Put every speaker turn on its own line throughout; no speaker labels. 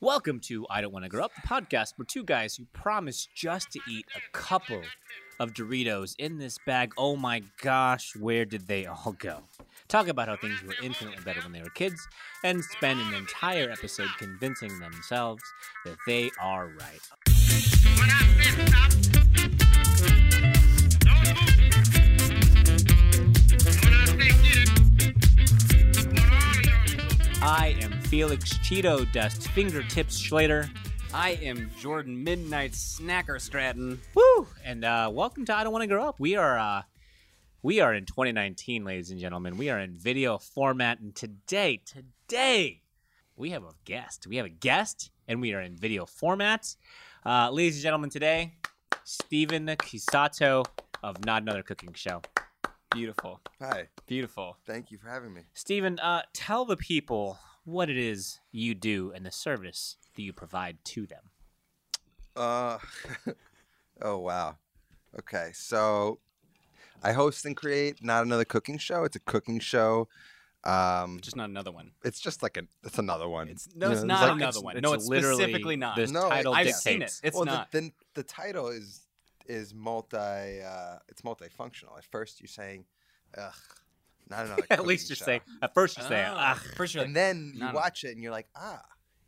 Welcome to I Don't Want to Grow Up, the podcast where two guys who promise just to eat a couple of Doritos in this bag. Oh my gosh, where did they all go? Talk about how things were infinitely better when they were kids and spend an entire episode convincing themselves that they are right.
When I say stop, don't move. When I say get it, when all y'all move,
I am Felix Cheeto Dust Fingertips Schlater. I am Jordan Midnight Snacker Stratton. Woo! And uh, welcome to I Don't Want to Grow Up. We are uh, we are in 2019, ladies and gentlemen. We are in video format, and today, today, we have a guest. We have a guest, and we are in video format. Uh, ladies and gentlemen, today, Stephen Kisato of Not Another Cooking Show.
Beautiful.
Hi,
Beautiful.
thank you for having me.
Stephen, uh, tell the people what it is you do and the service that you provide to them.
Uh, oh wow. Okay, so I host and create not another cooking show. It's a cooking show. Um,
Just not another one.
it's just like an. It's another one.
It's no,
You
it's
know,
not
like-
another one. no, it's
literally
specifically not.
This
No,
title
I've
dictates.
seen it. It's
well,
not.
The, the, the title is is multi. Uh, it's multifunctional. At first, you're saying, "Ugh, not another."
At least
cooking
you
show.
say. At first you say,
Ah,
ah,
first you're
Oh. and
like,
then you
"Not another-"
watch it and you're like, "Ah,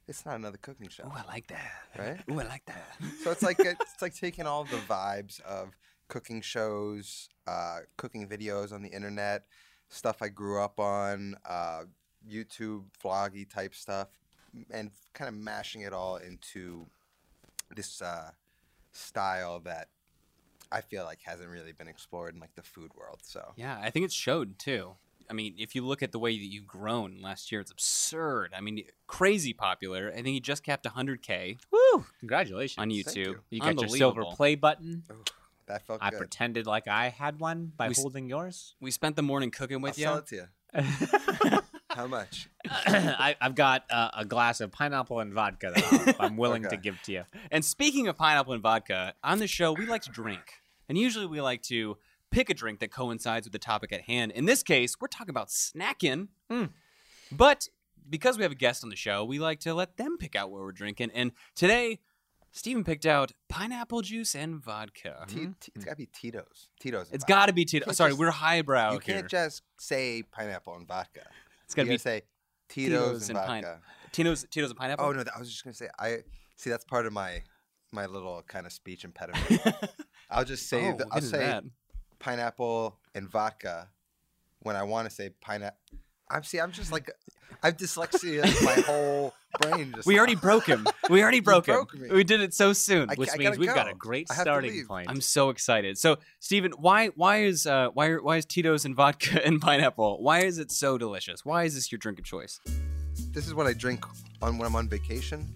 it's not another cooking show."
Ooh, I like that.
Right?
Ooh, I like that.
So it's like it's like taking all the vibes of cooking shows, uh, cooking videos on the internet, stuff I grew up on, uh, YouTube vloggy type stuff, and kind of mashing it all into this uh, style that I feel like hasn't really been explored in like the food world. So
Yeah, I think it showed too. I mean, if you look at the way that you've grown last year, it's absurd. I mean, crazy popular. I think you just capped 100K
woo, congratulations.
on YouTube.
you.
You got your silver
Unbelievable.
play button.
that felt
I
good.
pretended like I had one by
We s-
holding yours.
We spent the morning cooking
I'll
with
sell
you.
it to you.
I,
How much?
I've got uh, a glass of pineapple and vodka that I'm- I'm willing to
Okay.
give to you.
And speaking of pineapple and vodka, on the show, we like to drink. And usually we like to pick a drink that coincides with the topic at hand. In this case, we're talking about snacking.
Hmm.
Mm.
But because we have a guest on the show, we like to let them pick out what we're drinking. And today, Steven picked out pineapple juice and vodka.
T- t- it's got to be Tito's. Tito's. and
Mm-hmm. It's
vodka.
got to be Tito.
can't
Sorry,
just-
we're highbrow
You
here.
can't just say pineapple and vodka.
it's got to be
you gotta say Tito's,
Tito's
and,
and pine-
vodka.
Tito's, Tito's and pineapple.
Oh no, that, I was just gonna say I see that's part of my my little kind of speech impediment. I'll just say
Oh,
th-
we'll get
I'll
into
say
that.
pineapple and vodka when I want to say pineapple. I'm see I'm just like I've dyslexia in my whole brain. Just
We
now.
already broke him. We already broke him.
broke me.
We did it so soon.
I-
Which
I
means
gotta
we've got a
go.
great
I have to
starting
leave.
point.
I'm so excited. So, Steven, why why is uh, why are, why is Tito's and vodka and pineapple? Why is it so delicious? Why is this your drink of choice?
this is what I drink on when I'm on vacation,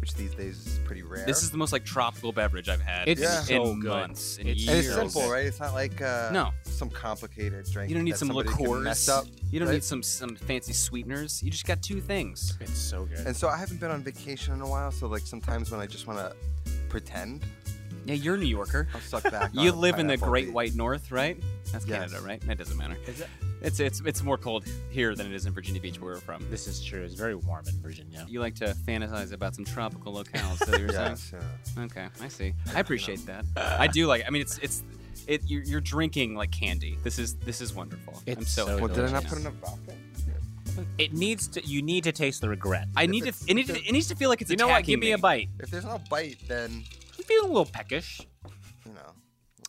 which these days is pretty rare.
This is the most like tropical beverage I've had.
It's
Yeah.
in
so good.
months. In
It's-
and
years.
it's simple, right? It's not like uh,
No.
some complicated drink.
You don't need
that
some
somebody can
liqueurs.
Mess up.
You don't
right?
need some some fancy sweeteners. You just got two things.
It's so good.
And so I haven't been on vacation in a while, so like sometimes when I just want to pretend,
Yeah, you're a New Yorker.
I'll suck back.
You
on
live in the
pineapple
Great
beef.
White North, right? That's
Yes.
Canada, right? That doesn't matter.
Is it-
It's it's it's more cold here than it is in Virginia Beach, where we're from.
This is true. It's very warm in Virginia.
You like to fantasize about some tropical locales. So you're saying?
Yes, yeah.
Okay, I see. I appreciate that. I do like. I mean, it's it's it. You're, you're drinking like candy. This is this is wonderful. I'm
It's
so.
so
Well, did I not
delicious.
put enough vodka?
It needs to. You need to taste the regret.
I need to.
If
It, need to. It needs to feel like it's.
you know what?
attacking
Give me a bite.
If there's no bite, then
I'm feeling a little peckish.
you know.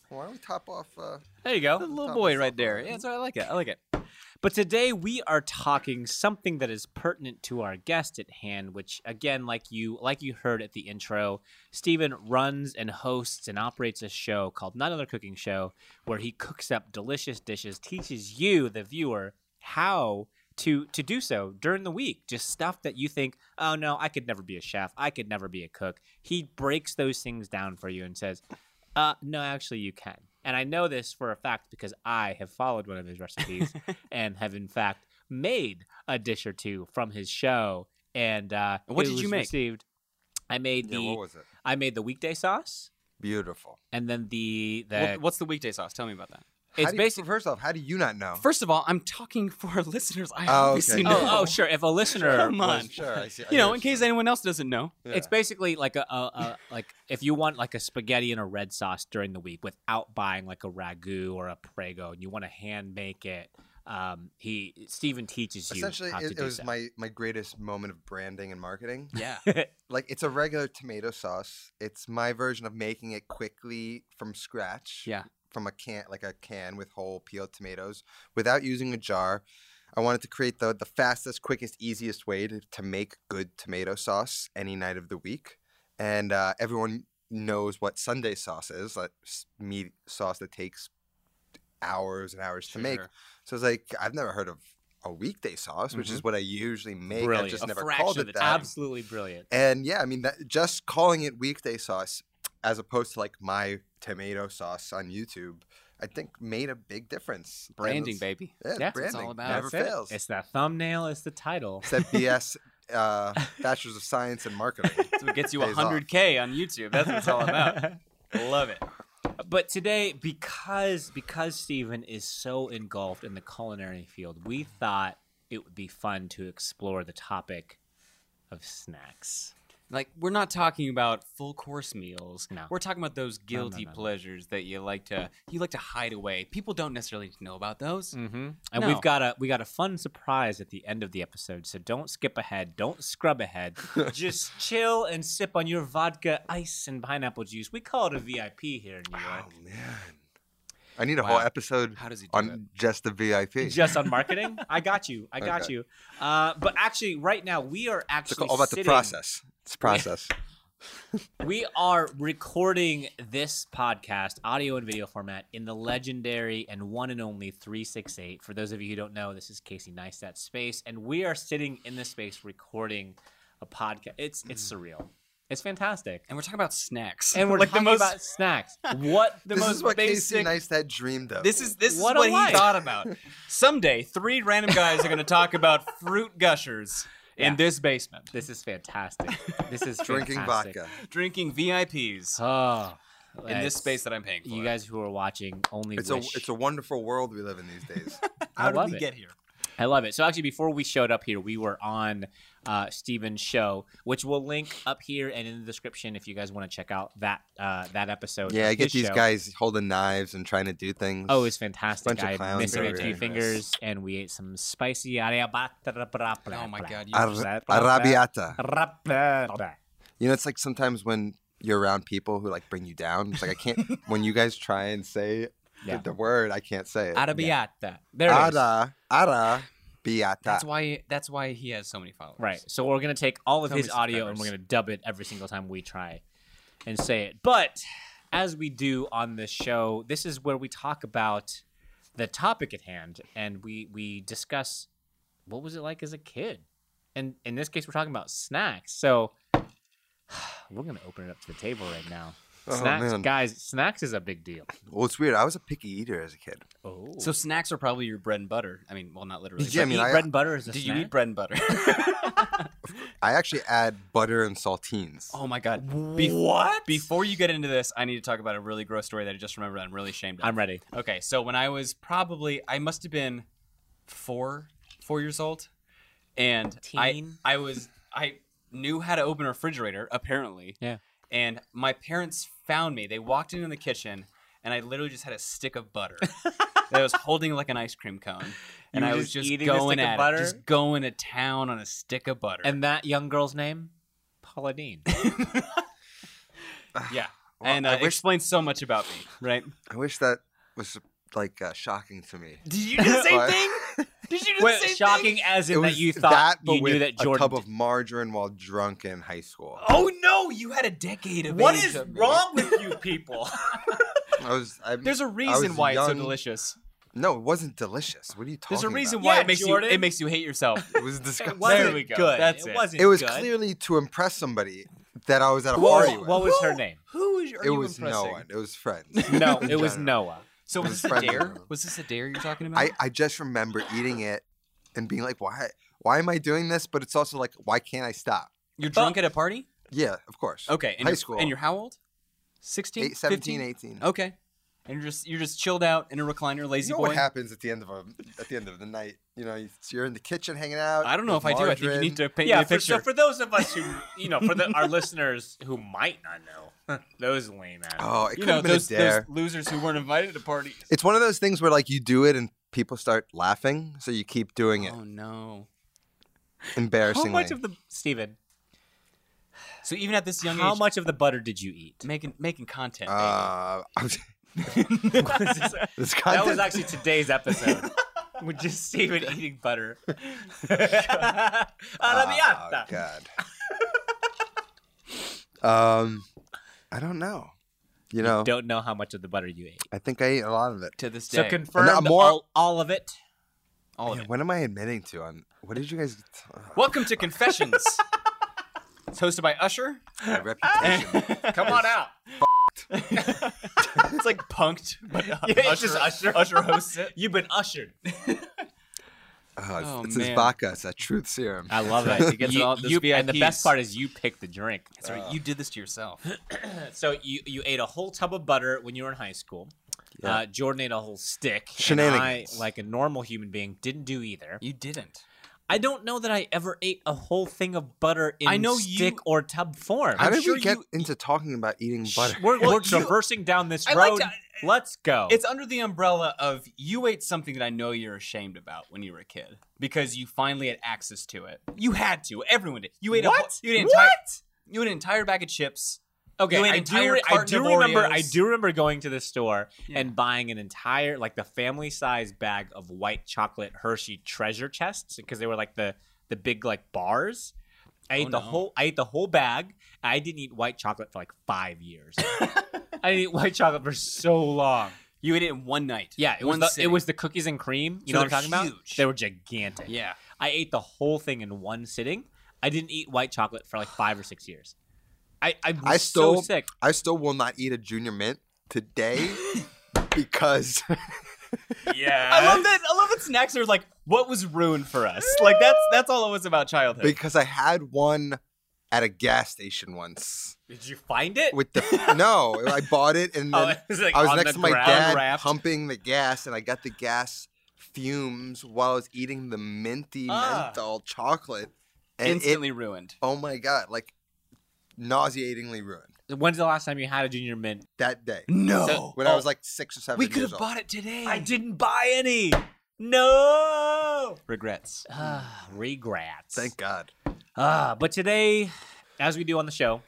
Why don't we top off? Uh,
There you go.
The little boy right there. Yeah, so I like it. I like it.
But today we are talking something that is pertinent to our guest at hand, which again, like you like you heard at the intro, Steven runs and hosts and operates a show called Not Another Cooking Show, where he cooks up delicious dishes, teaches you, the viewer, how to to do so during the week. Just stuff that you think, oh no, I could never be a chef. I could never be a cook. He breaks those things down for you and says, uh, no, actually, you can. And I know this for a fact because I have followed one of his recipes and have, in fact, made a dish or two from his show. And uh,
What
it
did you
was
make?
Received. I made
yeah,
the
what was it?
I made the weekday sauce,
Beautiful.
and then the the
What- what's the weekday sauce? Tell me about that.
How
It's
do you-
basic.
First off, how do you not know?
First of all, I'm talking for our listeners. I
Oh,
obviously
okay.
know.
Oh, oh, sure. If a listener,
Come
was-
on.
sure. I see. I
You know, in
get what you're
case
saying.
anyone else doesn't know.
Yeah.
it's basically like a, a, a like if you want like a spaghetti and a red sauce during the week without buying like a ragu or a prego, and you want to hand make it. Um, he Stephen teaches you
essentially
how to
it, it
do
was
so.
my my greatest moment of branding and marketing.
Yeah.
Like it's a regular tomato sauce. It's my version of making it quickly from scratch.
Yeah.
From a can, like a can with whole peeled tomatoes, without using a jar. I wanted to create the the fastest, quickest, easiest way to, to make good tomato sauce any night of the week, and uh, everyone knows what Sunday sauce is, like s- meat sauce that takes hours and hours to make.
Sure.
So it's like I've never heard of a weekday sauce, which is what I usually make.
Brilliant.
I've just
A
never
Mm-hmm. fraction
called
of
it
the
that.
time.
absolutely brilliant.
And yeah, I mean, that, just calling it weekday sauce as opposed to like my tomato sauce on YouTube, I think made a big difference. And
Branding,
it's-
baby.
Yeah,
That's
it's
what
branding
it's all about.
never
That's it.
fails.
It's that thumbnail. It's the title.
It's that BS uh, Bachelor's of Science in Marketing.
That's what gets you
Pays off.
100K on YouTube. That's what it's all about. Love it.
But today, because because Steven is so engulfed in the culinary field, we thought it would be fun to explore the topic of snacks.
Like, we're not talking about full course meals.
No.
We're talking about those
no,
guilty
no, no.
pleasures that you like to you like to hide away. People don't necessarily know about those.
Mm-hmm. And
No.
we've got a we got a fun surprise at the end of the episode, so don't skip ahead, don't scrub ahead. Just chill and sip on your vodka, ice, and pineapple juice. We call it a VIP here in New York.
oh, man. I need a whole
Wow.
episode
How does he do
on
it?
just the VIP.
Just on marketing, I got you. I got
Okay.
you. Uh, but actually, right now we are
it's
actually
all about the
sitting-
process. It's process.
We are recording this podcast, audio and video format, in the legendary and one and only 368. For those of you who don't know, this is Casey Neistat's space, and we are sitting in this space recording a podcast. It's it's
Mm.
surreal. It's fantastic.
And we're talking about snacks.
And we're
like
talking
the most,
about snacks. What the
this
most
is what
basic.
Casey Neistat dreamed of.
This is this is
What
what,
a
he
life.
thought about. Someday, three random guys are going to talk about fruit gushers
Yeah.
in this basement,
this is fantastic. This is
drinking
fantastic.
vodka.
drinking VIPs
Oh,
in this
it's-
space that I'm paying for.
You guys who are watching only
It's a
wish.
it's a wonderful world we live in these days.
I
how did
love
we
it.
get here?
I love it. So actually, before we showed up here, we were on uh, Steven's show, which we'll link up here and in the description if you guys want to check out that uh, that episode.
yeah,
of
I get
his
these
show.
guys holding knives and trying to do things.
Oh, it's fantastic!
Bunch of
I'm
clowns
missing a
over
few
here.
fingers, and we ate some spicy arrabbiata.
Oh my god! You
Ar-
just-
arrabbiata. You know, it's like sometimes when you're around people who like bring you down. It's like I can't. when you guys try and say
Yeah.
the, the word, I can't say it.
Arrabbiata. There it is.
Ara, ara, biata.
That's why. That's why he has so many followers.
Right. So we're gonna take all of
Tell me
his audio and
subscribers.
we're gonna dub it every single time we try and say it. But as we do on this show, this is where we talk about the topic at hand and we we discuss what was it like as a kid. And in this case, we're talking about snacks. So we're gonna open it up to the table right now.
Oh,
snacks,
man.
guys. Snacks is a big deal.
Well, it's weird. I was a picky eater as a kid.
Oh,
So snacks are probably your bread and butter. I mean, well, not literally.
Yeah, I
but
mean,
eat
I-
bread and butter is a
did you
snack.
eat bread and butter?
I actually add butter and saltines.
oh my god!
what?
Before you get into this, I need to talk about a really gross story that I just remembered. I'm really ashamed of.
I'm ready.
Okay, so when I was probably, I must have been four, four years old, and I,
Teen.
I was, I knew how to open a refrigerator apparently.
Yeah.
And my parents found me. They walked in in the kitchen, and I literally just had a stick of butter that I was holding like an ice cream cone, and
were
I was
just
just
eating a
going
stick of
at
butter?
it, just going to town on a stick of butter.
And that young girl's name, Paula Dean.
yeah,
Well,
and
I
uh,
wish-
explains so much about me, right?
I wish that was like uh, shocking to me.
Did you do the
same
same
What?
thing? Did you do
Wait,
the same
shocking as in that you thought
but
you
with
knew that
a
Jordan.
tub of margarine while drunk in high school.
Oh no, you had a decade of
What
age
is
of me.
wrong with you people?
I was. I,
There's a reason
was
why it's so
young.
delicious.
no, it wasn't delicious. What are you talking
There's a reason
about?
why
Yeah,
it makes
Jordan.
you it makes you hate yourself.
It was disgusting.
wasn't There we go.
Good.
That's it.
wasn't
It was
good.
clearly to impress somebody that I was at a
What,
party
was-
with.
what was her name?
Who is are
it
you
was no
impressing?
one. It was friends.
No,
In
it was
general.
Noah.
So was
was
this a
friends
dare?
around.
Was this a dare you're talking about?
I, I just remember eating it and being like, why why am I doing this? But it's also like, why can't I stop?
you're drunk at a party?
Yeah, of course.
Okay. And
High
you're-
school.
And you're how old? 16?
Eight, 17,
15?
18.
Okay. and you're just you're just chilled out in a recliner, lazy
you know
boy.
what happens at the end of a at the end of the night? You know, you're in the kitchen hanging out.
I don't know if
with
I do. I think you
margarine.
need to paint me
yeah,
a
for, so
picture.
for those of us who, you know, for the, our listeners who might not know, those lame ass.
Oh, it
you
could
know
have been
those,
a
those
dare.
losers who weren't invited to parties.
It's one of those things where like you do it and people start laughing, so you keep doing it
Oh no!
how
embarrassingly.
much of the Steven,
So even at this young
how
age,
much of the butter did you eat?
making making content. baby.
uh,
that
this content,
was actually today's episode. With just Steven eating butter. Ah,
Ah,
Oh,
Arrabbiata.
God. um, I don't know. You know,
Don't know how much of the butter you ate.
I think I ate a lot of it.
to this
So
day,
confirmed
more-
all, all of it.
all of it.
When am I admitting to? On what did you guys?
Welcome to Confessions. it's hosted by Usher.
my uh, reputation.
Come on out.
It's like punked, but uh,
it's
Usher,
just
Usher. Usher hosts it.
You've been ushered.
Oh, it's
Oh,
it's his
man.
vodka. It's that truth serum.
I love
That's
it.
right. He gets
You-
all those
you- and the
VIPs.
best part is you pick the drink.
That's right.
Uh.
You did this to yourself.
So you, you ate a whole tub of butter when you were in high school.
Yeah.
Uh, Jordan ate a whole stick. and
Shenanigans.
I, like a normal human being, didn't do either.
You didn't.
I don't know that I ever ate a whole thing of butter in
I know
stick
you-
or tub form.
How
I'm
did
sure
we get
you-
into talking about eating butter?
We're,
Well,
we're
you-
traversing down this
I like
road.
to-
Let's go.
It's under the umbrella of you ate something that I know you're ashamed about when you were a kid because you finally had access to it. You had to. Everyone did. You ate A, whole-
What?
you ate an entire, what? You ate an entire bag of chips.
okay.
you ate
I do,
entire
re- I
carton
do
of
remember. I
Oreos.
do remember going to the store
Yeah.
and buying an entire, like the family size bag of white chocolate Hershey treasure chests because they were like the the big like bars. I ate the
Oh, no.
whole. I ate the whole bag. I didn't eat white chocolate for like five years. I didn't eat white chocolate for so long.
You ate it in one night.
Yeah, it was
one
the, it
sitting.
was the cookies and cream. You
So
know what I'm
they're
talking about?
huge.
They were gigantic.
Yeah.
I ate the whole thing in one sitting. I didn't eat white chocolate for like five or six years. I I was
I still,
so sick.
I still will not eat a junior mint today because
Yeah,
I love that. I love that snacks are like what was ruined for us. Like that's that's all it was about childhood.
because I had one at a gas station once
Did you find it?
with the no, I bought it and
Oh,
then
it was, like,
I was
on
next
the
to my
ground.
dad
Unwrapped.
pumping the gas and I got the gas fumes while I was eating the minty
Ah.
menthol chocolate and
Instantly
it
ruined.
oh my god, like nauseatingly ruined
When's the last time you had a junior mint?
that day
No.
when
Oh.
I was like 6 or 7
we could
years
have
old.
bought it today.
I didn't buy any. No.
Regrets.
Ah, regrats.
Thank God.
Ah, but today, as we do on the show,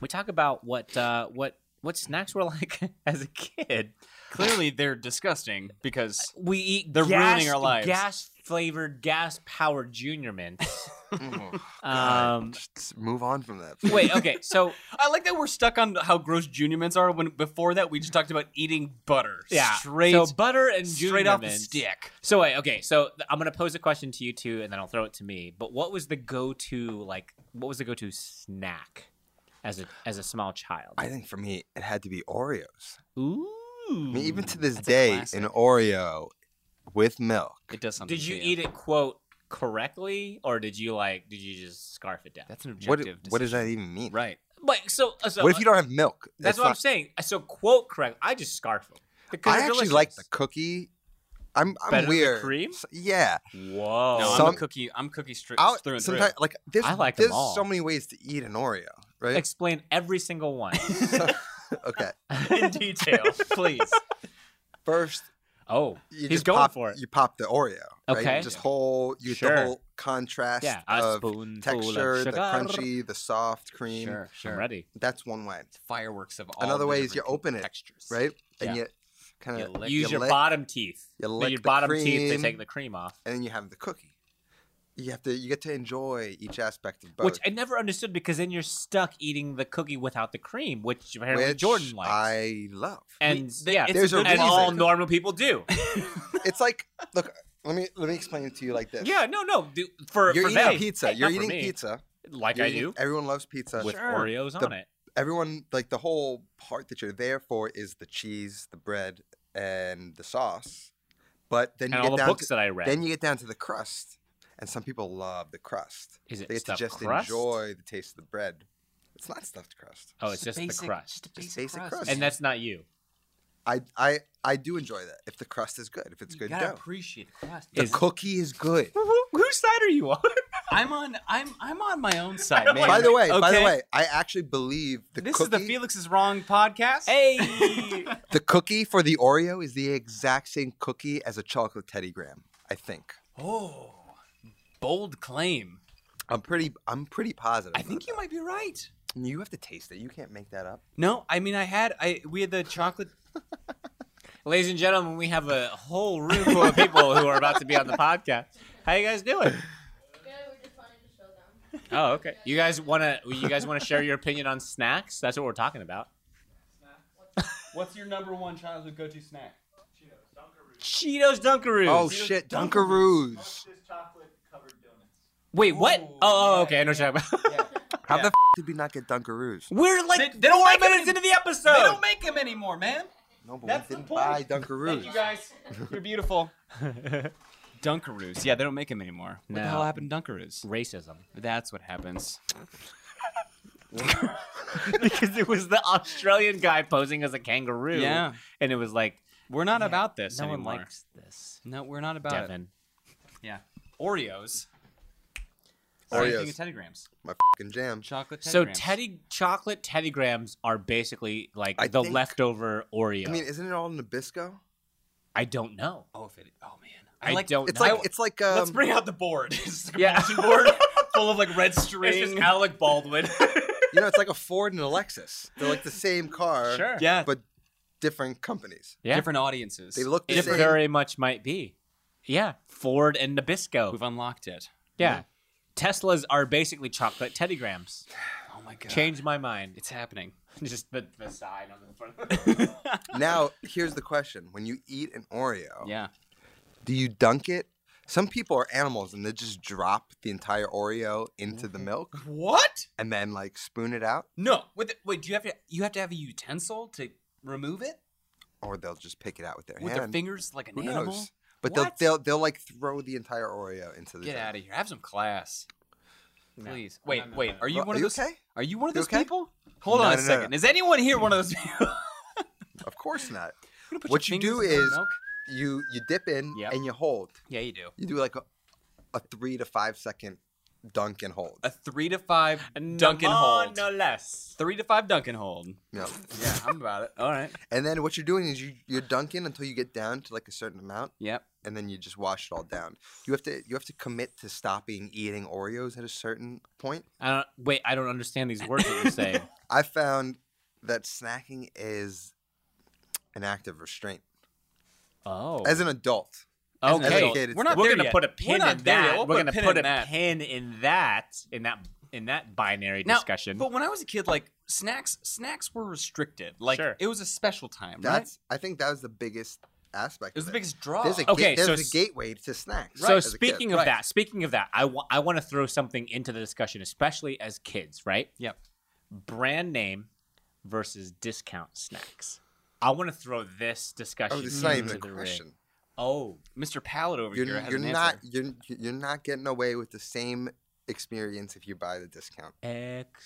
we talk about what uh, what what snacks were like as a kid.
Clearly, they're disgusting because
We eat
They're
gas,
ruining our lives.
Gas flavored, gas powered junior mints.
Oh, God.
Um,
Just move on from that.
wait, okay, so
I like that we're stuck on how gross junior mints are. When before that, we just talked about eating butter.
yeah,
straight,
so butter and junior
straight off the
mints.
stick.
So wait, okay, so th- I'm gonna pose a question to you two, and then I'll throw it to me. But what was the go to like? What was the go to snack as a as a small child?
I think for me, it had to be Oreos.
Ooh,
I mean, even to this
that's a
day,
classic.
an Oreo with milk.
It does something.
did you
to
eat it quote correctly, or did you like did you just scarf it down?
That's an
What,
objective.
what does that
decision.
even mean?
Right.
Like so, uh, so
What if you don't have milk?
That's
It's
what I'm
not-
saying. So quote correct. I just scarf them. because
I
they're
actually
delicious.
like the cookie. I'm, I'm
Better than the
weird.
cream?
S- yeah.
Whoa.
No, I'm
Some-
a cookie. I'm cookie strict
I'll-
through and through.
sometimes, like there's,
I like 'em
there's
all.
so many ways to eat an Oreo, right?
Explain every single one
okay.
in detail, please.
First,
Oh,
you
he's
just
going
pop,
for it.
You pop the Oreo. Right?
Okay.
Just whole. You get
Sure.
the whole contrast
yeah, a
of
spoonful
texture,
of
the
sugar.
crunchy, the soft cream.
Sure,
I'm
sure.
ready.
That's one way,
Fireworks of all.
Another
the
way is
different
you open it,
textures.
right? And
Yeah.
you kind
You
of
lick-
Use
you
your
lick-
bottom teeth.
you
With
lick
your
the
bottom teeth, they
cream.
take the cream off.
and then you have the cookie. You have to you get to enjoy each aspect of both.
Which I never understood because then you're stuck eating the cookie without the cream, which apparently
which
Jordan likes.
I love.
and
they-
yeah,
it's
There's a a good
and
reason.
all normal people do.
it's like look, let me let me explain it to you like this.
yeah, no, no. do- for
You're
for
eating
them,
pizza. You're
not for
eating
me,
pizza.
like
You're
I
eating-
do
Everyone loves pizza.
with
Sure.
Oreos
The-
on it.
Everyone like the whole part that you're there for is the cheese, the bread, and the sauce. But then
And
you
all
get
the
down
books
to,
that I read.
then you get down to the crust, and some people love the crust.
Is it
They get to
stuffed
just
crust?
enjoy the taste of the bread. It's not stuffed crust.
Oh, it's just the
basic-
crust.
Basic crust.
And that's not you.
I I I do enjoy that if the crust is good, if it's good
you gotta
dough.
appreciate the crust.
the
is-
cookie is good.
Who, whose side are you on?
I'm on. I'm. I'm on my own side,
don't
man.
like
By the way, by the
Okay?
way, I actually believe the
this
cookie
is the Felix is wrong podcast.
hey,
the cookie for the Oreo is the exact same cookie as a chocolate Teddy Graham. I think.
Oh, bold claim.
I'm pretty. I'm pretty positive.
I think you might be right.
might. You have to taste it. You can't make that up.
No, I mean I had. I we had the chocolate.
ladies and gentlemen, we have a whole room full of people who are about to be on the podcast. How you guys doing?
Yeah, we're just wanting to show them.
Oh, okay. You guys want to? You guys want to share your opinion on snacks? That's what we're talking about.
What's your number one childhood go-to snack?
Cheetos Dunkaroos.
Oh shit, Dunkaroos!
wait, what?
Ooh,
oh, oh,
yeah,
okay. I know what you're talking about.
How
Yeah.
the f- did we not get Dunkaroos?
We're like
They- they don't
four
make 'em
minutes
in-
into the episode.
They don't make them anymore, man.
No, but
That's
we
the
didn't
point.
buy Dunkaroos.
Thank you guys. You're beautiful. Dunkaroos. Yeah, they don't make them anymore. What the
No.
hell happened to Dunkaroos?
Racism.
That's what happens.
because it was the Australian guy posing as a kangaroo.
Yeah.
And it was like,
We're not
Yeah,
about this
no
anymore.
one likes this.
no, we're not about it.
Devin.
Yeah. Oreos. Same thing
Oreos,
with Teddy Grahams.
my fucking jam.
Chocolate Teddy
So
Grahams.
Teddy chocolate Teddy Grahams are basically like
I
the
think-
leftover Oreo.
I mean, isn't it all Nabisco?
I don't know.
Oh, if it, oh man.
I don't
It's
know.
like it's like um,
Let's bring out the board. It's just like a
Yeah.
bulletin board full of like red string.
Alec Baldwin.
you know, it's like a Ford and a Lexus. They're like the same car,
sure.
yeah.
but different companies.
Yeah.
Different audiences.
They look the
It
same.
very much might be. Yeah. Ford and Nabisco.
We've unlocked it.
yeah. Teslas are basically chocolate Teddy Grahams.
Oh my god.
Changed my mind.
It's happening.
Just the, the sign on the front.
Now, here's the question: When you eat an Oreo,
Yeah.
do you dunk it? Some people are animals and they just drop the entire Oreo into the milk
What?
and then like spoon it out,
No. With wait, do you have to you have to have a utensil to remove it
or they'll just pick it out with their
with
hand.
their fingers like an
Who
animal?
knows? But
What?
they'll they'll they'll like throw the entire Oreo into the
Get
jar.
out of here. Have some class.
No.
Please.
No,
Wait,
no, no,
wait.
no.
Are you
Well,
one of
you
those
okay?
Are you one of
You
those
okay?
people? Hold
No,
on a
no, no, no.
second. Is anyone here one of those people?
Of course not.
Gonna put
What
your
you do
fingers in
is-
the milk?
You you dip in
Yep.
and you hold.
Yeah, you do.
You do like a, a three to five second dunk and hold.
A 3 to 5
no
Duncan
more,
hold.
No less.
3 to 5 Duncan hold.
No.
Yeah, I'm about it. All right.
And then what you're doing is you you're dunking until you get down to like a certain amount,
Yep.
and then you just wash it all down. You have to you have to commit to stopping eating Oreos at a certain point.
I don't wait. I don't understand these words that you're saying.
I found that snacking is an act of restraint
oh,
as an adult.
as an
okay.
adult.
Educated
We're not
We're
there
gonna
yet.
put a
We're
pin
not
in
there yet.
that.
We'll
We're gonna
pin
put
in
a
that.
pin in that in that in that binary
Now,
discussion.
But when I was a kid, like snacks, snacks were restricted. Like
Sure.
it was a special time, right?
That's I think that was the biggest aspect.
It was the
of
biggest draw. Oh,
There's a
Okay, so
gate, there's
s-
a gateway to snacks.
so
as a kid.
speaking of
right.
that, speaking of that, I wa- I want to throw something into the discussion, especially as kids, right?
Yep.
Brand name versus discount snacks. I want to throw this discussion
oh, this is not even
into
a
the
question.
ring. Oh,
Mr. Pallet over
You're,
here has
you're
an
not
answer.
you're you're not getting away with the same experience if you buy the discount.
explain.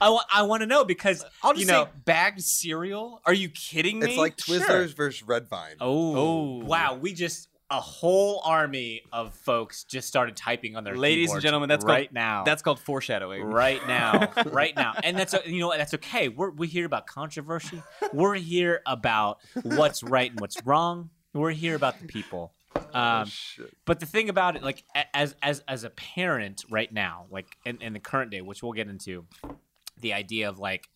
I want to know because
I'll just
you know.
say bagged cereal. Are you kidding me?
It's like
Sure.
Twizzlers versus Red Vine.
oh,
Oh.
wow, we just a whole army of folks just started typing on their
Ladies and
keyboards
gentlemen, that's
right
called-
now.
That's called foreshadowing.
right now, right now, and that's you know what, that's okay. We're we here about controversy. We're here about what's right and what's wrong. We're here about the people. Um,
shit.
but the thing about it like a- as as as a parent right now like in, in the current day which we'll get into the idea of like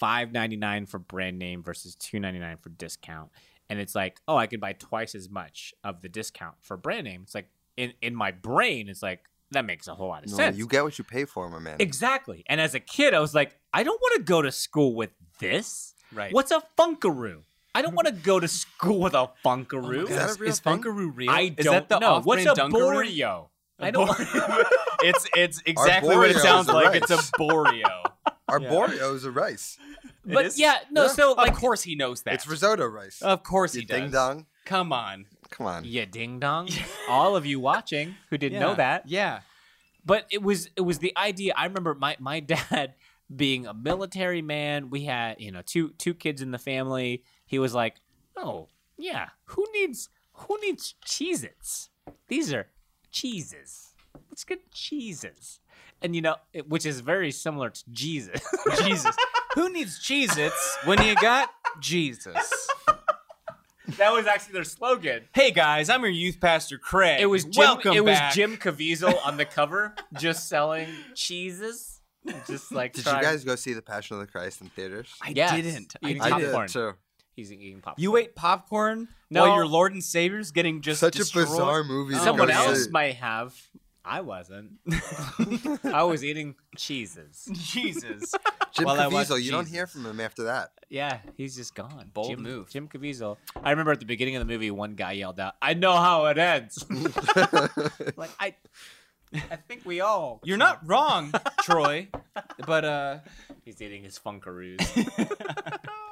5.99 for brand name versus 2.99 for discount and it's like oh i could buy twice as much of the discount for brand name it's like in in my brain it's like that makes a whole lot of
No,
sense
you get what you pay for, my man.
exactly and as a kid i was like i don't want to go to school with this
Right.
what's a funkaroo i don't want to go to school with a funkaroo
Is that a real
is
thing?
Funkaroo real?
I
is
don't
that the
know. What's a
off-brand Dunkaroo?
Boreo?
A
I don't.
it's it's exactly what it
Boreo
sounds
is
like.
right.
It's a Boreo.
Our
Yeah.
Boreos are rice.
It
but
is?
yeah, no.
Yeah.
So like,
of course he knows that.
It's risotto rice.
of course
you
he does.
ding dong.
Come on.
Come on.
yeah, ding dong. All of you watching who didn't
Yeah.
know that,
Yeah.
but it was it was the idea. I remember my my dad being a military man. We had you know two two kids in the family. He was like, oh yeah, who needs who needs Cheez-Its? These are cheeses. Let's get cheeses. And you know, it, which is very similar to Jesus.
Jesus. Who needs Cheez Its when you got Jesus?
that was actually their slogan.
Hey guys, I'm your youth pastor, Craig.
It was Jim,
Welcome
It
back.
was Jim Caviezel on the cover, just selling cheeses, just like
Did
trying-
you guys go see The Passion of the Christ in theaters?
I
Yes.
didn't. I
Eating
didn't.
I
popcorn.
did too.
He's eating popcorn.
You ate popcorn
No.
while your Lord and Savior's getting just
Such
destroyed?
a bizarre movie. to
Someone
go see.
else might have. I wasn't. I was eating cheeses.
Jesus.
Jim
while I watched
Caviezel. You don't
Jesus.
hear from him after that.
Yeah, he's just gone.
Bold
Jim,
move.
Jim Caviezel. I remember at the beginning of the movie, one guy yelled out, "I know how it ends." like I, oh, I think we all.
You're not wrong, Troy. But uh
He's eating his Funkaroos.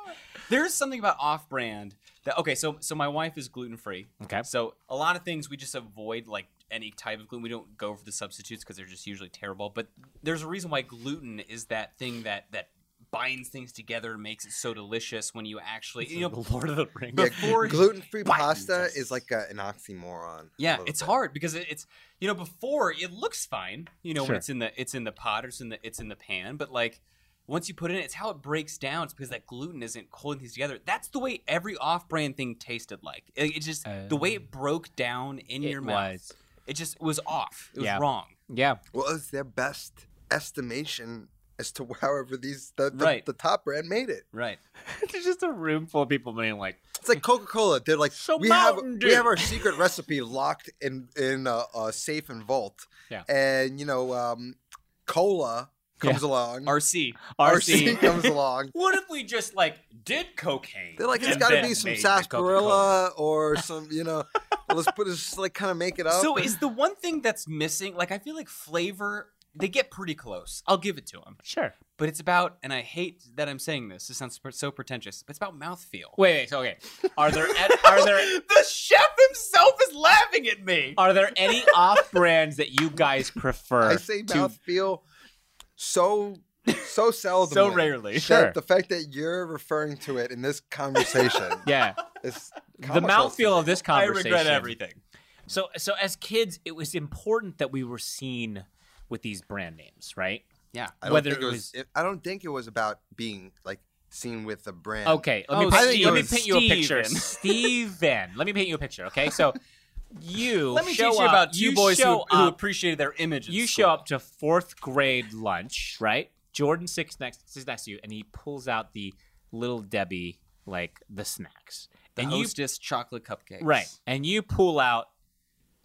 there's something about off-brand that okay, so so my wife is gluten-free.
okay.
So a lot of things we just avoid like any type of gluten. We don't go for the substitutes because they're just usually terrible. But there's a reason why gluten is that thing that that binds things together and makes it so delicious when you actually you know
the Lord of the Rings.
Yeah,
Before-
gluten free
Bite
pasta
Jesus.
is like a, an oxymoron. a
yeah
little
it's
bit.
hard because it, it's you know before it looks fine you know
Sure.
when it's in the it's in the pot or it's in the it's in the pan but like once you put it in it's how it breaks down it's because that gluten isn't holding things together that's the way every off-brand thing tasted like it, it just the way
Oh.
it broke down in
It
your mouth
was.
it just was off it was
Yeah.
wrong
Yeah.
Well, it's their best estimation as to however these the, the,
Right.
the top brand made it.
right
There's just a room full of people being like,
It's like Coca Cola. They're like
So
we have
Mountain
we
Dew."
have our secret recipe locked in in a, a safe and vault.
Yeah.
And you know, um, cola comes along.
RC.
RC comes along.
What if we just like did cocaine?
They're like, it's
And
got to
then
be some
made the Coca-Cola.
sarsaparilla or some, you know, let's put this, like, kind of make it up.
So is the one thing that's missing? Like I feel like flavor they get pretty close. I'll give it to them.
sure.
But it's about and I hate that I'm saying this. This sounds so pretentious. But it's about mouthfeel.
Wait, wait. So, okay. Are there are there
the chef himself is laughing at me.
are there any off brands that you guys prefer?
I say mouthfeel so so seldom,
So rarely, sure.
The fact that you're referring to it in this conversation,
Yeah.
is
The mouthfeel of this conversation.
I regret everything.
So so as kids, it was important that we were seen with these brand names, right?
Yeah.
I don't
whether
think
it
it
was-
was, it- I don't think it was about being like seen with the brand.
Okay, let me
Oh,
paint,
I think
let
it
me
was
paint you a picture.
Steven.
Steven, let me paint you a picture, okay? So you
Let me
show
teach you
up-
about two boys who,
show
who
up-
appreciated their image. in
you
school.
show up to fourth grade lunch, right? Jordan six next sits next to you, and he pulls out the little Debbie like the snacks,
The
and you
hostess chocolate cupcakes.
right, and you pull out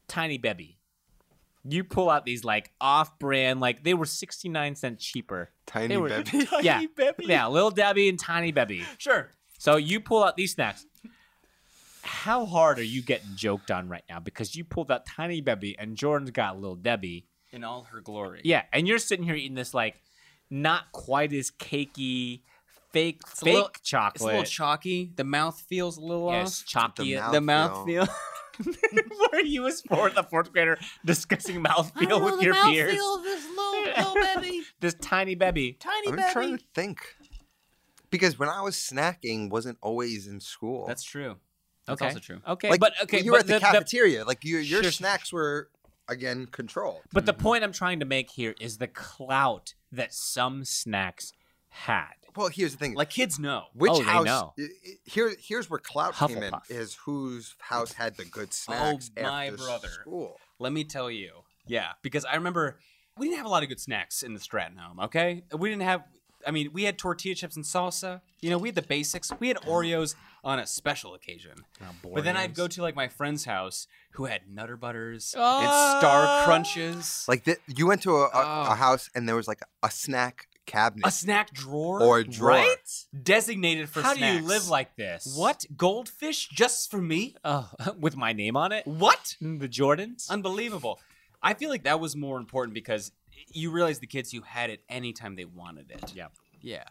tiny Bebby. You pull out these like off-brand, like they were sixty-nine cent cheaper.
Tiny
They were,
Bebby.
yeah,
Bebby.
yeah, little Debbie and tiny Bebby.
Sure.
So you pull out these snacks. How hard are you getting joked on right now? Because you pulled out tiny Bebby, and Jordan's got little Debbie.
In all her glory.
Yeah, and you're sitting here eating this like not quite as cakey, fake
a
fake
little-
chocolate.
It's a little chalky. The mouth feels a little
yes, chalky.
The
off. The mouth
Mouth
feel.
feel.
Where you as fourth, the fourth grader discussing mouthfeel with your peers.
this
baby. this tiny Bebby.
tiny
I'm trying to think because when I was snacking, wasn't always in school.
That's true. That's
Okay.
also true.
Okay,
like,
but okay,
when you
but
were at the, cafeteria. like your your
Sure.
snacks were again controlled.
But the point I'm trying to make here is the clout that some snacks had.
Well, here's the thing.
Like kids know.
Which
Oh, they
house?
know.
i- i- Here, here's where clout came in.
Hufflepuff. Oh,
Is whose house had the good snacks
my
after
brother.
school?
Let me tell you. Yeah, because I remember we didn't have a lot of good snacks in the Stratton home. Okay, we didn't have. I mean, we had tortilla chips and salsa. You know, we had the basics. We had Oreos on a special occasion. But then I'd go to like my friend's house who had Nutter Butters and Star
Oh.
Crunches,
Like the, you went to a, a,
Oh.
a house and there was like a, snack cabinet
a snack drawer
or a drawer.
right.
designated for
How do
snacks.
you live like this?
what goldfish just for me?
Oh, with my name on it?
What?
The Jordans?
Unbelievable. I feel like that was more important because you realize the kids who had it anytime they wanted it.
Yeah.
Yeah.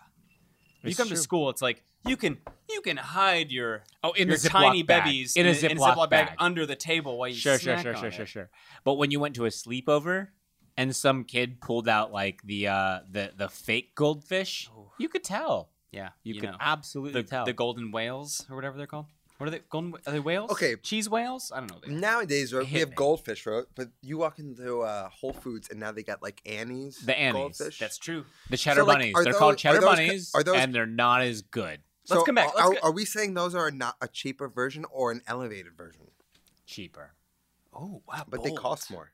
you
It's
come to
true.
school, it's like you can you can hide your
Oh, in
your
a Ziploc
tiny
bag.
babies
in a
in
Ziploc bag.
under the table while you
Sure, sure,
snack
sure,
on
sure,
it.
sure, sure. But when you went to a sleepover and some kid pulled out like the uh, the the fake goldfish,
Ooh.
you could tell.
Yeah,
You, could
Oh. know,
absolutely
the,
tell.
the golden whales or whatever they're called. What are they? Golden wh- are they whales?
Okay.
cheese whales. I don't know. what they are.
Nowadays, right, we
Hit
have
me.
goldfish, right? But you walk into uh, Whole Foods and now they got like Annie's.
The Annie's,
Goldfish.
That's true.
the cheddar
so, like,
bunnies.
are
They're called
those- are
cheddar
those co-
bunnies,
are those-
and they're not as good.
Let's come back,
Are,
let's go-
are we saying those are not a cheaper version or an elevated version?
Cheaper.
Oh wow!
But they
bold.
cost more.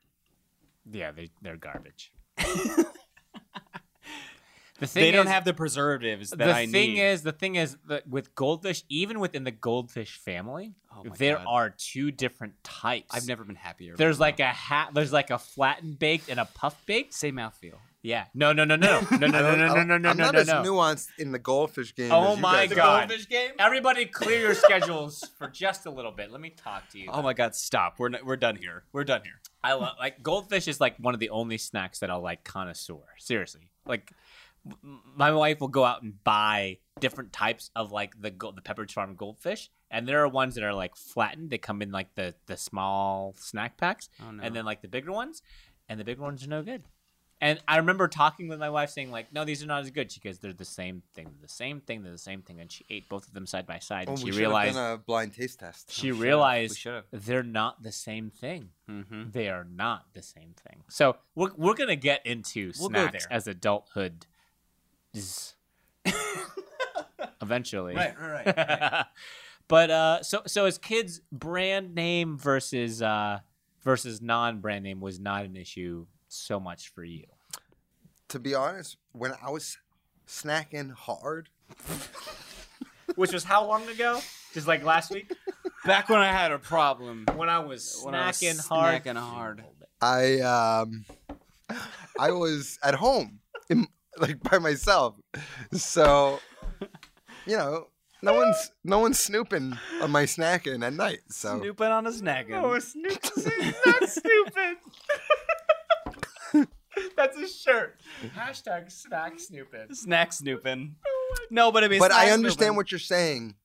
Yeah, they they're garbage. the thing
They don't
is-
have the preservatives that
the
I
thing
need.
is the thing is that with goldfish even within the goldfish family
Oh my
there
God.
are two different types
I've never been happier.
there's like a hat there's like a flattened baked and a puff baked
same mouthfeel.
yeah no no no no no no
I
no
don't-
no
I
no
don't-
no no
I'm
no
not
no
as
no
nuanced in the goldfish game.
Oh
as you
my
guys are.
God.
game.
everybody clear your schedules for just a little bit let me talk to you
Oh my god! Stop. We're not, we're done here. We're done here.
I love like goldfish is like one of the only snacks that I'll like connoisseur. Seriously, like m- my wife will go out and buy different types of like the gold, the Pepperidge Farm goldfish, and there are ones that are like flattened. They come in like the the small snack packs,
Oh no.
and then like the bigger ones, and the bigger ones are no good. And I remember talking with my wife saying like, "No, these are not as good." She goes, "They're the same thing, the same thing, they're the same thing." And she ate both of them side by side,
Oh,
and she
we should have
realized
done a blind taste test.
she
should've. We
realized
should've.
they're not the same thing
Mm-hmm.
they are not the same thing. So we're we're gonna get into
We'll go
snacks
there.
as adulthood, eventually.
right,
but uh, so so as kids, brand name versus uh, versus non brand name was not an issue so much for you.
To be honest, when I was snacking hard,
Which was how long ago? Just like last week
Back when I had a problem.
when I was
When I was
snacking hard.
snacking hard.
I um, I was at home, in, like by myself. So, you know, no one's no one's snooping on my snacking at night. So
Snooping on a snack.
snooping. That's stupid. That's a shirt. Hashtag snack snooping.
snack snooping. No, but I mean,
but
snack
I understand
snooping.
what you're saying.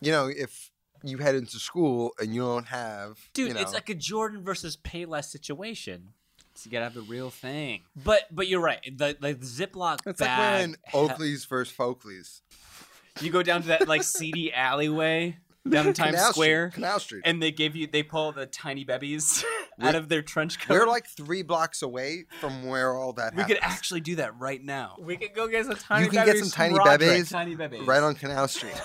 You know, if you head into school and you don't have,
Dude,
you know,
it's like a Jordan versus Payless situation.
you gotta have the real thing.
But but you're right. The the Ziploc
it's like
bag.
wearing Oakley's versus Folkley's.
You go down to that like seedy alleyway down in Times
Canal
Square,
Street, Canal Street.
and they give you they pull the tiny babies out
We're-
of their trench coat.
We're like three blocks away from where all that
we
happened.
could actually do that right now.
we could go get some tiny.
You can get
Bebes
some
from
Tiny
Roderick.
Bebes.
Tiny babies.
right on Canal Street.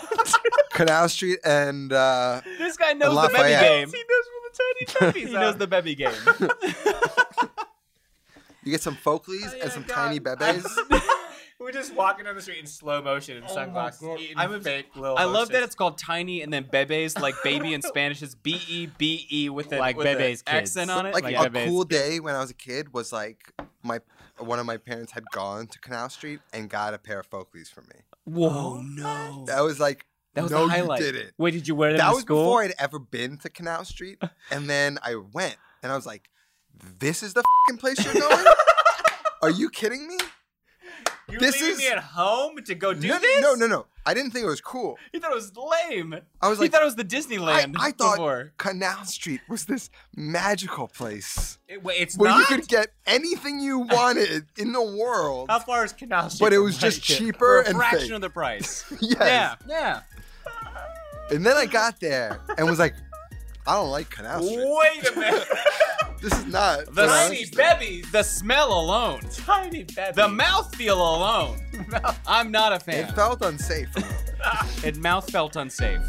Canal Street and uh,
This guy knows the baby
Lafayette.
game.
He knows where the tiny
He
babies
knows
are.
the baby game.
you get some Folkleys
Oh, yeah,
and some
God.
Tiny Bebes.
We're just walking down the street in slow motion in sunglasses. eating
I'm a-
fake little
I love that
hostess.
it's called tiny and then bebes, like baby in Spanish is B E B E with an
Like
with an
bebes kids.
accent on it.
like
like
a
Bebes.
cool day when I was a kid was like my one of my parents had gone to Canal Street and got a pair of Folkleys for me.
whoa,
Oh.
Oh.
no.
That was like
That was the
no,
highlight.
you didn't.
Wait, did you wear them
that
to
was
school?
before I'd ever been to Canal Street, and then I went and I was like, "This is the fing place you're going? Are you kidding me?
You're
This
leaving
is-
me at home to go do
no,
this?
no, no, no. I didn't think it was cool.
He thought it was lame.
I was
he
like,
thought it was the Disneyland.
I thought-
before.
Canal Street was this magical place
It- wait, it's
where
not.
you could get anything you wanted in the world.
How far is Canal Street?
But it
from
was
my
just
shit?
cheaper
for a
and
fraction
fake.
of the price.
yes.
Yeah, yeah.
And then I got there and was like, I don't like Canal Street.
Wait a minute.
This is not
The
Canal
tiny
Street."
bebbies, the smell alone,
Tiny baby.
the mouthfeel alone. I'm not a fan.
It felt unsafe. a little
It
bit.
mouth felt unsafe.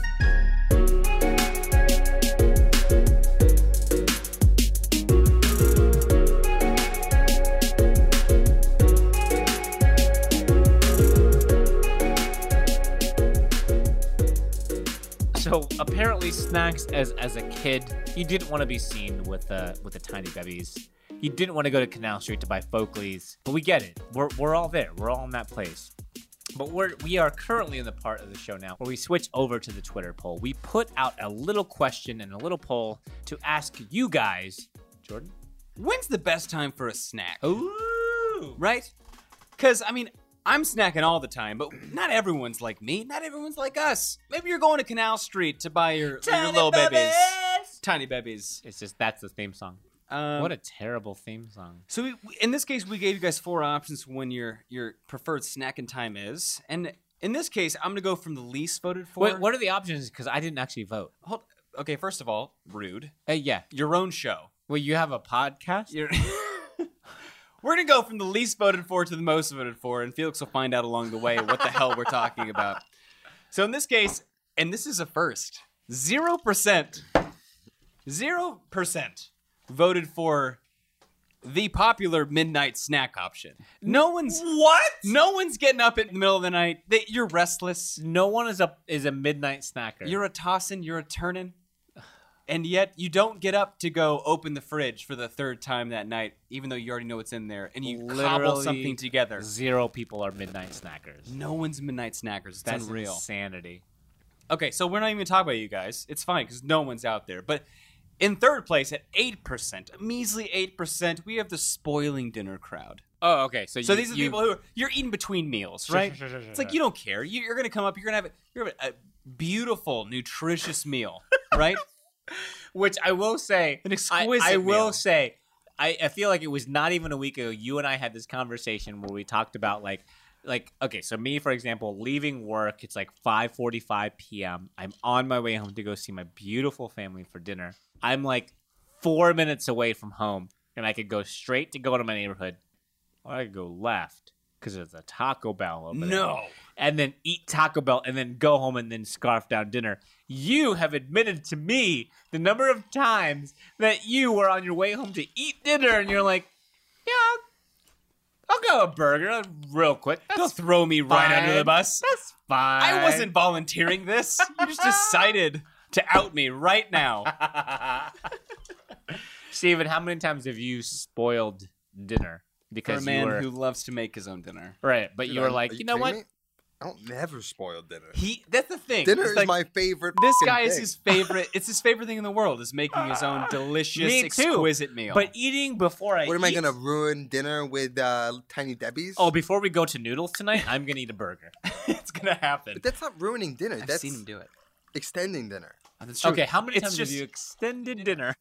So apparently, snacks as as a kid, you didn't want to be seen with uh, with the tiny bebbies. You didn't want to go to Canal Street to buy Folkleys, but we get it. We're, we're all there. We're all in that place. But we're we are currently in the part of the show now where we switch over to the Twitter poll. We put out a little question and a little poll to ask you guys, Jordan.
When's the best time for a snack?
Ooh.
Right? Because, I mean, I'm snacking all the time, but not everyone's like me. Not everyone's like us. Maybe you're going to Canal Street to buy your, your little babies. Tiny babies.
It's just that's the theme song.
Um,
what a terrible theme song.
So we, we- in this case, we gave you guys four options when your your preferred snack and time is, and in this case, I'm gonna go from the least voted for.
Wait, what are the options? Because I didn't actually vote.
Hold, okay, first of all, rude.
Uh, yeah.
Your own show.
Well, you have a podcast.
You're- we're gonna go from the least voted for to the most voted for, and Felix will find out along the way what the hell we're talking about. So in this case, and this is a first, zero percent, zero percent voted for the popular midnight snack option. No one's
What?
no one's getting up in the middle of the night. They, you're restless.
No one is a is a midnight snacker.
You're a tossin'. You're a turnin'. And yet you don't get up to go open the fridge for the third time that night, even though you already know what's in there, and you cobble
Literally
something together.
zero people are midnight snackers.
No one's midnight snackers. It's
That's
unreal.
insanity.
Okay, so we're not even gonna talk about you guys. It's fine because no one's out there. But in third place at eight percent, a measly eight percent, we have the spoiling dinner crowd.
Oh, okay. So,
So
you,
these are the
you-
people who are, you're eating between meals,
Sure,
right?
sure, sure, sure,
it's like
sure.
you don't care. You, you're gonna come up. You're gonna have a, you're gonna have a beautiful, nutritious meal, right?
which I will say,
An
I-
exquisite
I,
meal.
will say, I, I feel like it was not even a week ago. You and I had this conversation where we talked about like, like okay, so me for example, leaving work, it's like five forty-five p.m. I'm on my way home to go see my beautiful family for dinner. I'm like four minutes away from home, and I could go straight to go to my neighborhood, or I could go left because there's a Taco Bell over there
No.
and then eat Taco Bell and then go home and then scarf down dinner. You have admitted to me the number of times that you were on your way home to eat dinner and you're like, yeah, I'll, I'll go a burger real quick.
Don't
That's,
throw me right under the
fine.
bus.
that's fine.
I wasn't volunteering this. You just decided to out me right now.
Steven, how many times have you spoiled dinner?
For a
Because you
man
were,
who loves to make his own dinner.
right, but you were
I'm-
like,
are
you know
kidding
what?
me? I don't never spoil dinner.
He that's the thing.
Dinner
It's
is
like,
my favorite.
this
fucking
guy is
thing.
his favorite. It's his favorite thing in the world is making his own delicious,
Me too.
exquisite meal.
But eating before I
What am I
eat-
gonna ruin dinner with uh, Tiny Debbie's?
Oh, before we go to noodles tonight, I'm gonna eat a burger.
it's gonna happen.
but that's not ruining dinner.
I've
that's
seen him do it.
extending dinner.
That's true.
Okay, how many
It's
times
just-
have you extended dinner?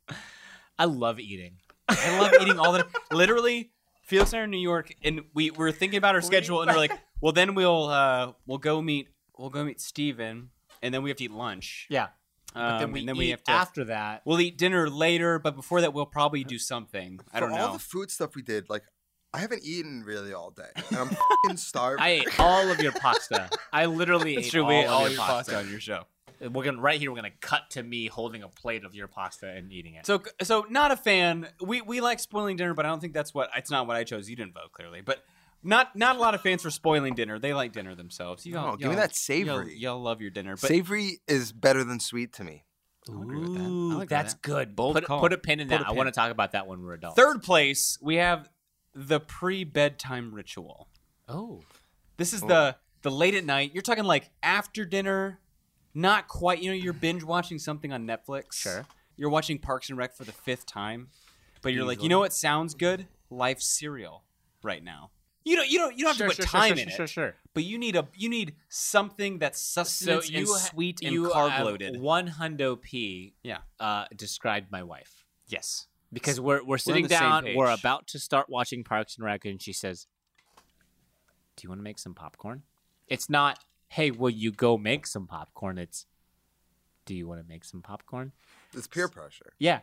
I love eating.
I love eating all the literally. Felix and I are in New York, and we were thinking about our schedule, and we're like, well, then we'll uh, we'll go meet we'll go meet Steven, and then we have to eat lunch.
Yeah,
Um,
but then we, eat
have to
after that.
we'll eat dinner later, but before that, we'll probably do something. I don't
For all
know.
the food stuff we did, like I haven't eaten really all day, and I'm fucking starved.
I ate all of your pasta. I literally
That's
ate
true.
all,
we ate
of
all
your,
your
pasta.
pasta on your show.
We're gonna right here. We're gonna cut to me holding a plate of your pasta and eating it.
So, so not a fan. We we like spoiling dinner, but I don't think that's what. It's not what I chose. You didn't vote clearly, but not not a lot of fans for spoiling dinner. They like dinner themselves. You all
No, give me that savory.
Y'all, y'all love your dinner, but
Savory is better than sweet to me.
I'll agree with that. I'll agree with
that's
that.
good.
Bold
put,
call.
put a pin in
Put a
that. I
pin.
want to talk about that when we're adults.
Third place, we have the pre bedtime ritual.
Oh,
This is the the late at night. You're talking like after dinner, not quite. You know, you're binge watching something on Netflix.
Sure.
You're watching Parks and Rec for the fifth time, but you're like, you
Easily.
know what sounds good? Life cereal right now. You don't. You don't. You don't have to put time in
Sure,
it.
sure.
But you need a. You need something that's
So
sustenance
you
and
ha-
sweet and
you
carb
have
loaded.
One hundo p.
Yeah.
Uh, described my wife.
Yes.
because we're we're sitting
the same
down, we're
page.
about to start watching Parks and Rec, and she says, "Do you want to make some popcorn?" It's not, "Hey, will you go make some popcorn?" It's, "Do you want to make some popcorn?"
It's peer pressure.
Yeah,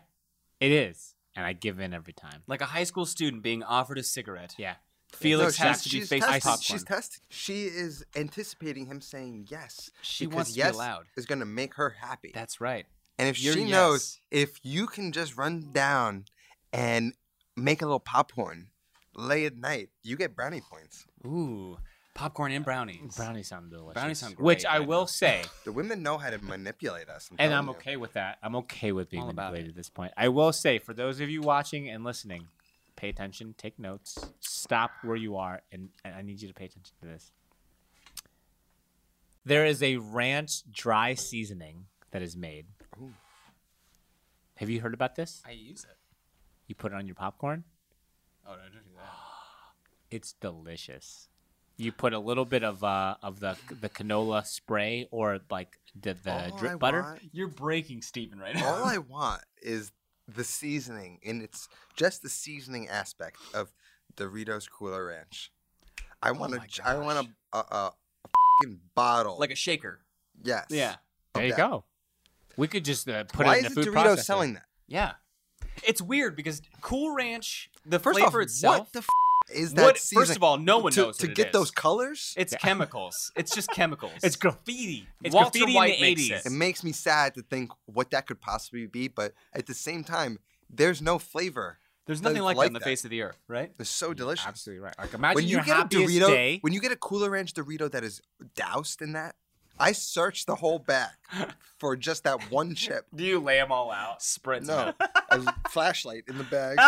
it is, and I give in every time.
Like a high school student being offered a cigarette.
Yeah,
Felix
No,
has
she's-
to be
she's
face
testing-
popcorn.
She's testing. She is anticipating him saying yes.
She
because
wants to be
yes
allowed.
Is going to make her happy.
That's right.
and if she
your
knows,
yes.
if you can just run down and make a little popcorn late at night, you get brownie points.
Ooh, popcorn and brownies.
brownies sound delicious.
Brownies sound
Which
great,
I
I
will
know.
say,
The women know how to manipulate us. I'm
and
telling
I'm
you.
okay with that. I'm okay with being
All about
manipulated at this point. I will say, for those of you watching and listening, pay attention, take notes, stop where you are, and, and I need you to pay attention to this. There is a ranch dry seasoning that is made. Have you heard about this?
I use it.
You put it on your popcorn.
Oh no, don't do that.
It's delicious. You put a little bit of uh, of the the canola spray or like the, the
All I
Oh,
drip butter.
want-
You're breaking Steven right now.
all I want is the seasoning and it's just the seasoning aspect of Doritos Cooler Ranch. I want
Oh my
to. I want
gosh.
a, a, a, a fucking bottle.
like a shaker.
yes.
Yeah,
There you
Okay.
go. We could just uh, put
Why
it in
is
the food
Doritos
processor.
selling that?
yeah. It's weird because Cool Ranch, the
First
flavor
off,
itself.
what the f- is that?
what-
seasoning?
first of all, no one
to,
knows
to
what it
get
is.
those colors.
It's chemicals. It's just chemicals.
It's graffiti. It's
Walter
graffiti
White
in the
makes
80s.
it.
It makes me sad to think what that could possibly be, but at the same time, there's no flavor.
There's nothing
Doesn't
like,
like
that on the
that.
face of the earth, right?
It's so delicious.
Absolutely right. Like imagine
When you
your
get a
happiest
Dorito,
day.
when you get a Cooler Ranch Dorito that is doused in that, I searched the whole bag for just that one chip.
Do you lay them all out? Spread 'em
No,
out.
a flashlight in the bag,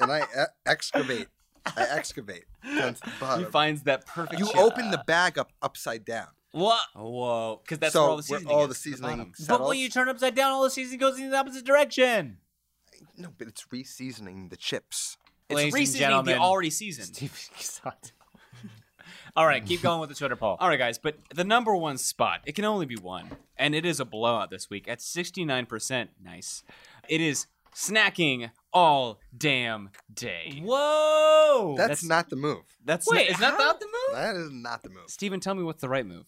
and I e- excavate. I excavate. down to the
He
bottom.
finds that perfect.
You
chip.
open the bag up upside down.
what?
Whoa, because that's
so
where all the seasoning.
all
is,
the
at
seasoning
bottom.
But when you
settles-
turn upside down, all the season goes in the opposite direction.
no, but it's re-seasoning the chips.
Ladies
it's
and
re-seasoning the
gentlemen.
already seasoned.
Steve Guisotto. All right, keep going with the Twitter poll.
All right, guys, but the number one spot, it can only be one, and it is a blowout this week at 69%. Nice. It is snacking all damn day.
Whoa!
That's,
that's-
not the move.
That's
Wait,
not, is that
how-
not the move?
That is not the move.
Steven, tell me what's the right move.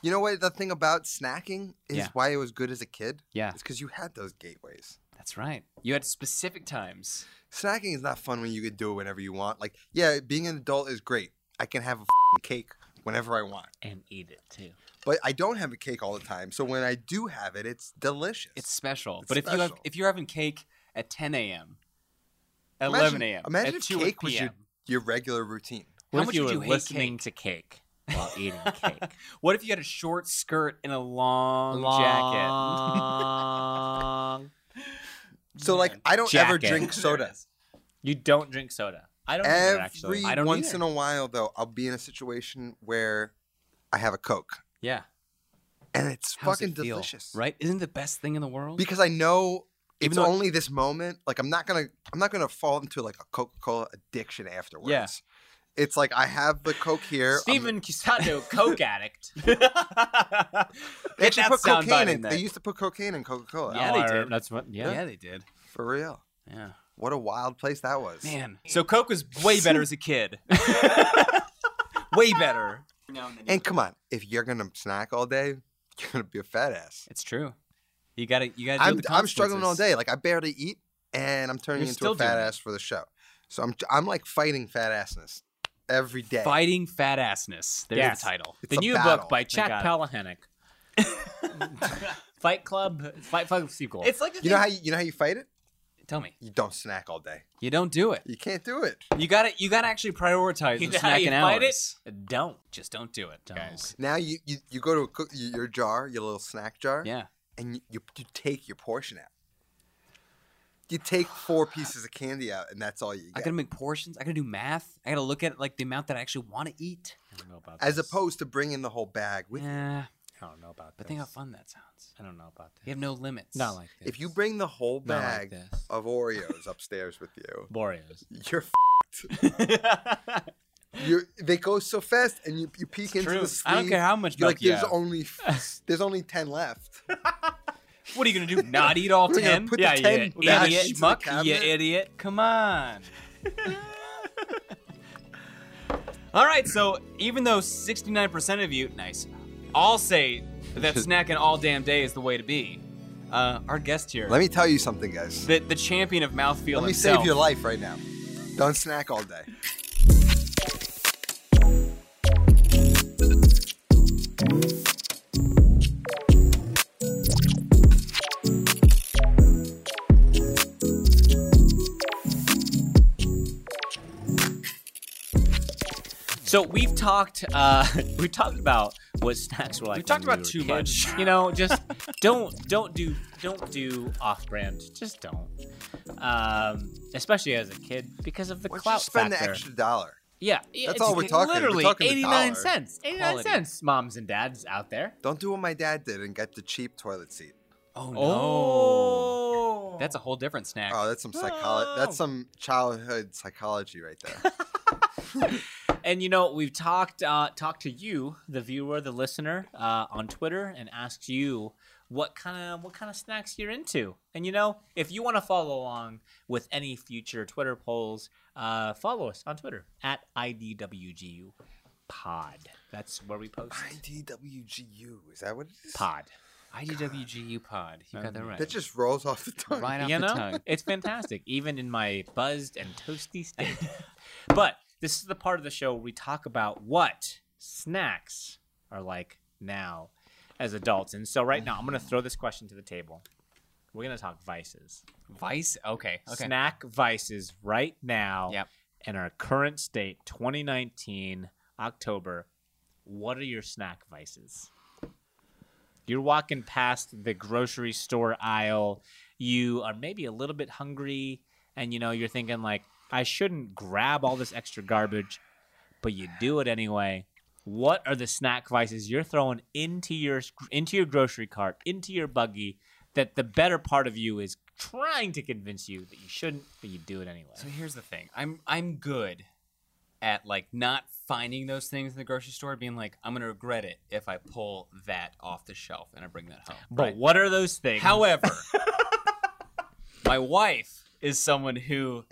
You know what? The thing about snacking is
Yeah.
why it was good as a kid.
Yeah.
It's because you had those gateways.
That's right. You had specific times.
Snacking is not fun when you can do it whenever you want. Like, yeah, being an adult is great. I can have a fing cake whenever I want,
and eat it too.
but I don't have a cake all the time. So when I do have it, it's delicious.
It's special.
It's
but if you have
special.
if you're having cake at 10 a.m., at
Imagine-
11 a.m., at
Imagine if
2
cake was
p.m.,
your, your regular routine.
What
How
if
much
you
would
were
you hate
listening to cake while eating cake?
what if you had a short skirt and a long, jacket?
Long.
So like, I don't ever
Jacket.
drink soda.
you don't drink soda. I don't either,
Every
actually. I don't
once
either.
in a while, though, I'll be in a situation where I have a Coke,
Yeah.
and it's
How's
fucking
it feel,
delicious,
right? Isn't it the best thing in the world?
because I know
Even
it's
though-
only this moment. Like I'm not gonna I'm not gonna fall into like a Coca Cola addiction afterwards.
Yeah.
It's like I have the Coke here. I'm-
Stephen Kisato, Coke addict.
they actually
that
put
sound
cocaine
bite in
in. They
that.
used to put cocaine in Coca Cola.
Yeah, they did.
That's what. Yeah.
yeah. they did.
For real.
Yeah.
What a wild place that was.
Man. So Coke was way better as a kid. way better.
And come on, if you're gonna snack all day, you're gonna be a fat ass.
It's true. You gotta you gotta deal
I'm
with the
I'm struggling all
consequences.
day. Like I barely eat, and I'm turning
You're
into
still
a fat
doing it.
ass for the show. So I'm I'm like fighting fat assness every day.
Fighting fat assness. There's
Yes.
the title.
It's
the
a
new
battle.
book by Jack
got it.
Palahniuk. Fight Club, Fight Club sequel.
It's like the
You know how you, you know how you fight it?
tell me.
You don't snack all day.
You don't do it.
You can't do it.
You gotta you gotta actually prioritize
You
the
know how you
snacking
fight
hours.
it? Don't.
Just don't do it, guys.
Now you, you, you go to a cook, y- your jar, your little snack jar,
Yeah.
and you, you, you take your portion out. You take four pieces of candy out, and that's all you
I
get.
gotta make portions. I gotta do math. I gotta look at like the amount that I actually want to eat.
I don't know about
As
this.
opposed to bringing the whole bag with you.
Yeah,
I don't know about this.
but think how fun that sounds.
I don't know about
You
this.
have no limits.
Not like this.
If you bring the whole
Not like
bag
this.
of Oreos upstairs with you,
Boreos.
you're f- you're, they go so fast, and you, you peek into
True.
the sleeve.
I don't care how much
You're
milk
like,
you
there's
have.
only f- there's only ten left.
What are you gonna do? Not eat all
We're gonna
ten?
put the
Yeah, you
10 back
idiot.
into the
Muck, you
cabinet.
idiot.
Come on. all right. So even though sixty-nine percent of you, nice, all say that snacking all damn day is the way to be. Uh, our guest here,
Let me tell you something, guys.
the, the champion of mouthfeel.
Let me
himself,
save your life right now. Don't snack all day.
So we've talked, uh, we talked about what snacks were like.
We've talked
when
about
we
too
were kids.
much.
You know, just don't, don't do, don't do off-brand. Just don't. Um, especially as a kid, because of the
Why don't you
clout
spend
factor.
the extra dollar?
Yeah, yeah,
That's
it's
all we're talking- we're
Literally
talking the
eighty-nine
dollar.
cents. Eighty-nine
Quality.
cents, moms and dads out there.
Don't do what my dad did and get the cheap toilet seat.
Oh no.
Oh,
That's a whole different snack.
Oh, that's some psychology. That's some childhood psychology right there.
And you know, we've talked uh, talked to you, the viewer, the listener, uh, on Twitter, and asked you what kind of what kind of snacks you're into. And you know, if you want to follow along with any future Twitter polls, uh, follow us on Twitter at IDWGU Pod. That's where we post
IDWGU. Is that what it is?
pod.
IDWGU pod. You got that right.
That just rolls off the tongue.
right off
you
the
know,
tongue.
it's fantastic, even in my buzzed and toasty state. but this is the part of the show where we talk about what snacks are like now as adults. And so, right now, I'm going to throw this question to the table. We're going to talk vices,
Vice. Okay. Okay.
snack vices right now
Yep.
in our current state, 2019, October. What are your snack vices? You're walking past the grocery store aisle. You are maybe a little bit hungry, and you know you're thinking like, I shouldn't grab all this extra garbage, but you do it anyway. What are the snack vices you're throwing into your into your grocery cart, into your buggy? That the better part of you is trying to convince you that you shouldn't, but you do it anyway.
So here's the thing. I'm I'm good at like not finding those things in the grocery store, being like, I'm gonna regret it if I pull that off the shelf and I bring that home.
But
right?
what are those things?
However, my wife is someone who,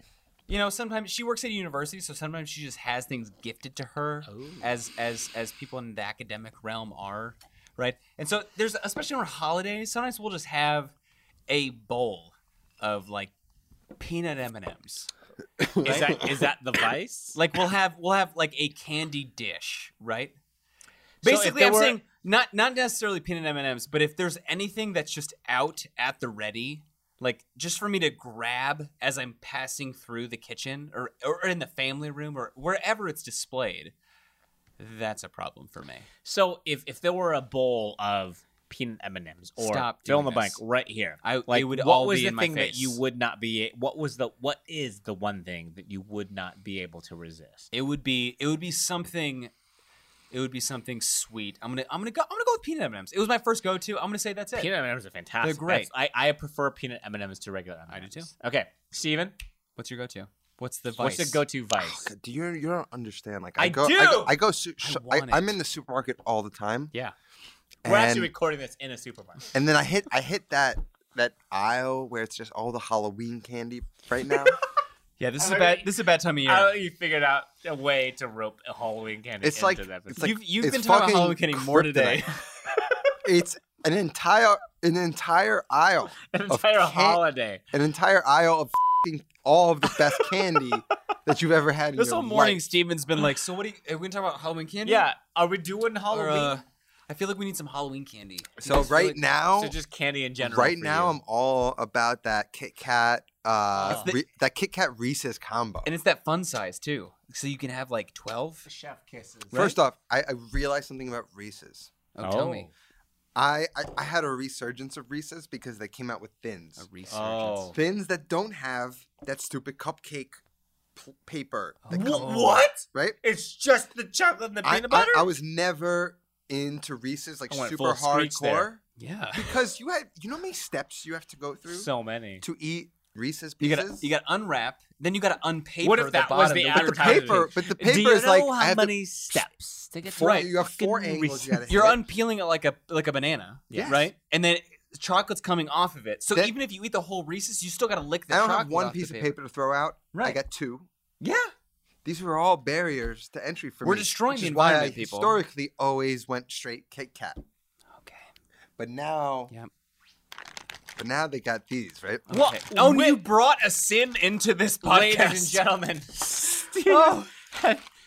you know, sometimes she works at a university, so sometimes she just has things gifted to her,
Oh.
as as as people in the academic realm are, right? And so there's especially on our holidays, sometimes we'll just have a bowl of like peanut M and M's.
Is that is that the vice?
Like we'll have we'll have like a candy dish, right?
So if
Basically,
there
I'm
were-
saying not not necessarily peanut M and M's, but if there's anything that's just out at the ready, like just for me to grab as I'm passing through the kitchen or or in the family room or wherever it's displayed, that's a problem for me.
so if if there were a bowl of peanut M and M's or
Stop
fill in the
doing
blank
this.
right here,
I- they would
what
all
was
be
the
in my
thing that you
face.
would not be? What was the what is the one thing that you would not be able to resist?
It would be it would be something. It would be something sweet. I'm gonna I'm gonna go I'm gonna go with peanut M and M's. It was my first go to. I'm gonna say that's it.
Peanut M and M's are fantastic.
They're great.
That's- I I prefer peanut M and M's to regular M&Ms.
I do
Okay, Steven,
What's your go to? What's the
what's
vice?
the go to
Oh,
vice?
God, do you you don't understand? Like
I
I go,
do!
I go, I go su- sh- I
want
I'm
it.
in the supermarket all the time,
Yeah.
We're actually
and-
recording this in a supermarket.
and then I hit I hit that that aisle where it's just all the Halloween candy right now.
Yeah, this is
I
a bad
already-
this is a bad time of year.
How you figured out a way to rope a Halloween candy
It's
into
like-
that?
it's like-
you've you've
it's
been talking
fucking
about Halloween candy more today.
it's an entire an entire aisle,
an
of
entire
can-
holiday.
an entire aisle of fing all of the best candy that you've ever had. In
this
your
whole morning,
life.
Steven's been like, "So what are, you, are we gonna talk about Halloween candy?"
Yeah, are we doing
Or,
Halloween?
uh, I feel like we need some Halloween candy. You
So
guys feel
right
like-
now,
so just candy in general.
Oh, right
for
now,
you.
I'm all about that Kit Kat, uh,
It's
the-
Re- that Kit Kat Reese's combo.
and it's that fun size too, so you can have like twelve.
chef kisses.
First off, I, I realized something about Reese's.
Oh, tell me,
I, I I had a resurgence of Reese's because they came out with
a
thins,
resurgence.
Oh.
thins that don't have that stupid cupcake p- paper. that
Wha-
comes-
what?
Right?
It's just the chocolate and Oh. the
I-
peanut
I,
butter.
I was never into Reese's like
I went full
super
screech
hardcore
there.
Yeah,
because you had you know how many steps you have to go through
so many.
to eat Reese's
you
pieces.
gotta you gotta unwrap, then you gotta unpaper
What if
the
that
bottom.
was the
to
but the
whip it out.
advertisement?
paper, but the paper
Do you
is
know
like I
how
have to-
many steps to get to
four,
right?
You have four
fucking
angles. You gotta
You're
hit.
unpeeling it like a like a banana,
Yes.
right? And then chocolate's coming off of it. So
That-
even if you eat the whole Reese's, you still gotta lick the
I don't
chocolate
have one
off the
piece of paper to throw out. I
Right.
got two.
Yeah.
These were all barriers to entry for
We're
me.
destroying
which
the
is why
environment,
I
people.
historically always went straight Kit Kat.
Okay.
But now,
Yep.
but now they got these, right?
What?
Oh,
Wait.
you brought a sin into this podcast,
Ladies and gentlemen, Steven
Oh,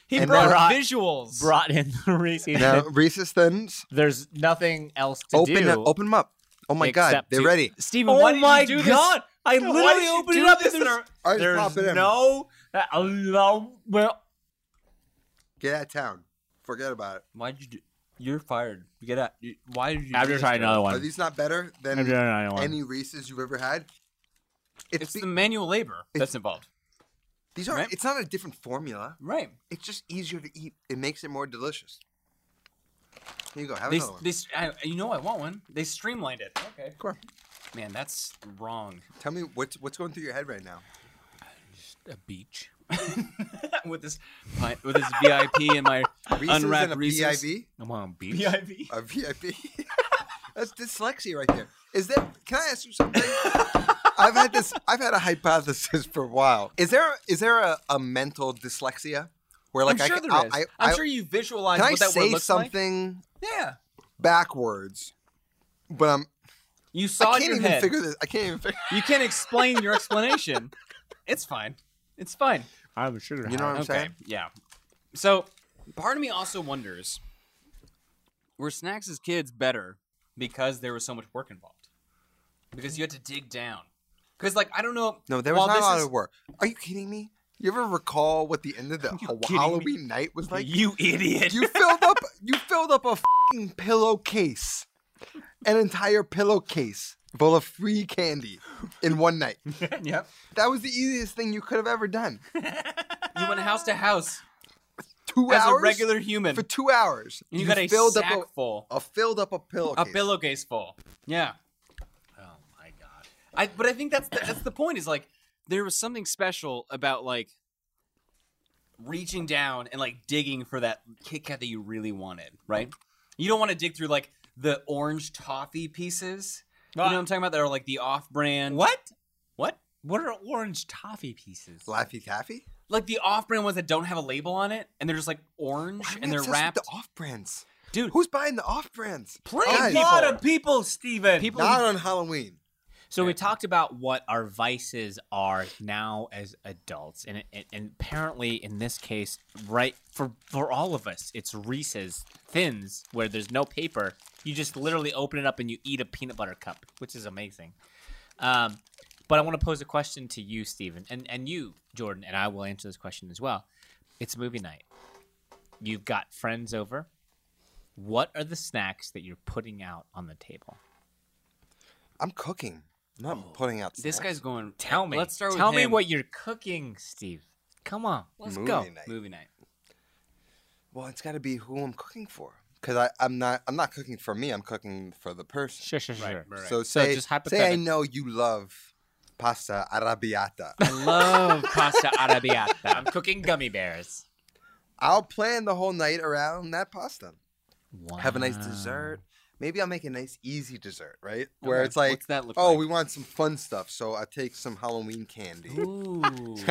he
And
brought
now-
visuals.
brought in the Reese's.
Now Reese's Thins,
There's nothing else to
open
do.
it, open them up. Oh my God,
Except
they're
to-
ready.
Steven,
oh
why did
my
you do
god!
this?
I
Why
literally
did you
opened
do
it up
this
and there's,
I just
there's
pop it in.
no. I love- well,
Get out of town. Forget about it.
Why'd you do? You're fired. Get out. You- Why did you?
After
do this,
trying
Joe?
another
Are
one.
these not better
After
than
trying another one.
any Reese's you've ever had? It's,
It's
the-
the manual labor
It's-
that's involved.
these are.
right?
It's not a different formula.
Right.
It's just easier to eat. It makes it more delicious. Here you go. Have
They,
another one.
they, I, you know, I want one. They streamlined it. Okay.
Come on.
Man, that's wrong.
Tell me what's what's going through your head right now.
a beach.
with this, pi- with this VIP and my
Reese's
unwrapped
and a
Reese's.
VIV.
I'm on a beach.
VIP.
A VIP. That's dyslexia right there. Is that? Can I ask you something? I've had this. I've had a hypothesis for a while. Is there is there a, a mental dyslexia where like
I'm sure
I,
there is.
I,
I, am
I-
sure you visualize
can I
what that word
say
looks like.
something
Yeah.
backwards? But I'm.
You saw it
I
in
can't
your
even
head.
figure this. I can't even figure.
You can't explain your explanation. It's fine. It's fine.
I'm sure.
You know what I'm
okay.
saying?
Yeah. So part of me also wonders were snacks as kids better because there was so much work involved? Because you had to dig down. Because like I don't know.
No, there was
while
not a
this
lot
is-
of work. Are you kidding me? You ever recall what the end of the
you kidding me?
Halloween night was like?
you idiot.
You filled up. You filled up a fucking pillowcase, an entire pillowcase full of free candy in one night.
yep.
That was the easiest thing you could have ever done.
You went house to house
Two
as
hours
a regular human.
for two hours.
and you, got a
filled
sack
up
full,
a, a filled up a
a
pillowcase.
pillowcase full. Yeah. Oh my god. I but I think that's the, that's the point is like there was something special about like reaching down and like digging for that Kit Kat that you really wanted, right? You don't want to dig through like the orange toffee pieces. You know what I'm talking about? That are like the off-brand.
What?
What?
What are orange toffee pieces?
Laffy Taffy.
Like the off-brand ones that don't have a label on it, and they're just like orange,
Why are we
and they're
obsessed with
wrapped.
The off brands,
Dude,
Who's buying the off brands?
a
Guys,
lot of people, Steven.
People-
not on Halloween.
So we talked about what our vices are now as adults, and, and and apparently in this case, right for for all of us, it's Reese's Thins, where there's no paper. You just literally open it up and you eat a peanut butter cup, which is amazing. Um, but I want to pose a question to you, Stephen, and and you, Jordan, and I will answer this question as well. It's movie night. You've got friends over. What are the snacks that you're putting out on the table?
I'm cooking. I'm not putting out.
Oh, This guy's going.
Tell me.
Let's start with
Tell me
him.
what you're cooking, Steve. Come on. Let's
Movie
go.
night.
Movie night.
Well, it's got to be who I'm cooking for. Because I, I'm not. I'm not cooking for me. I'm cooking for the person.
Sure, sure, sure. So
So say,
just
say I
hypothetic-
know you love pasta arrabbiata.
I love pasta arrabbiata. I'm cooking gummy bears.
I'll plan the whole night around that pasta.
Wow.
Have a nice dessert. Maybe I'll make a nice easy dessert, right? Where
Okay,
it's like,
what's that look
oh,
like?
we want some fun stuff, so I take some Halloween candy.
Ooh,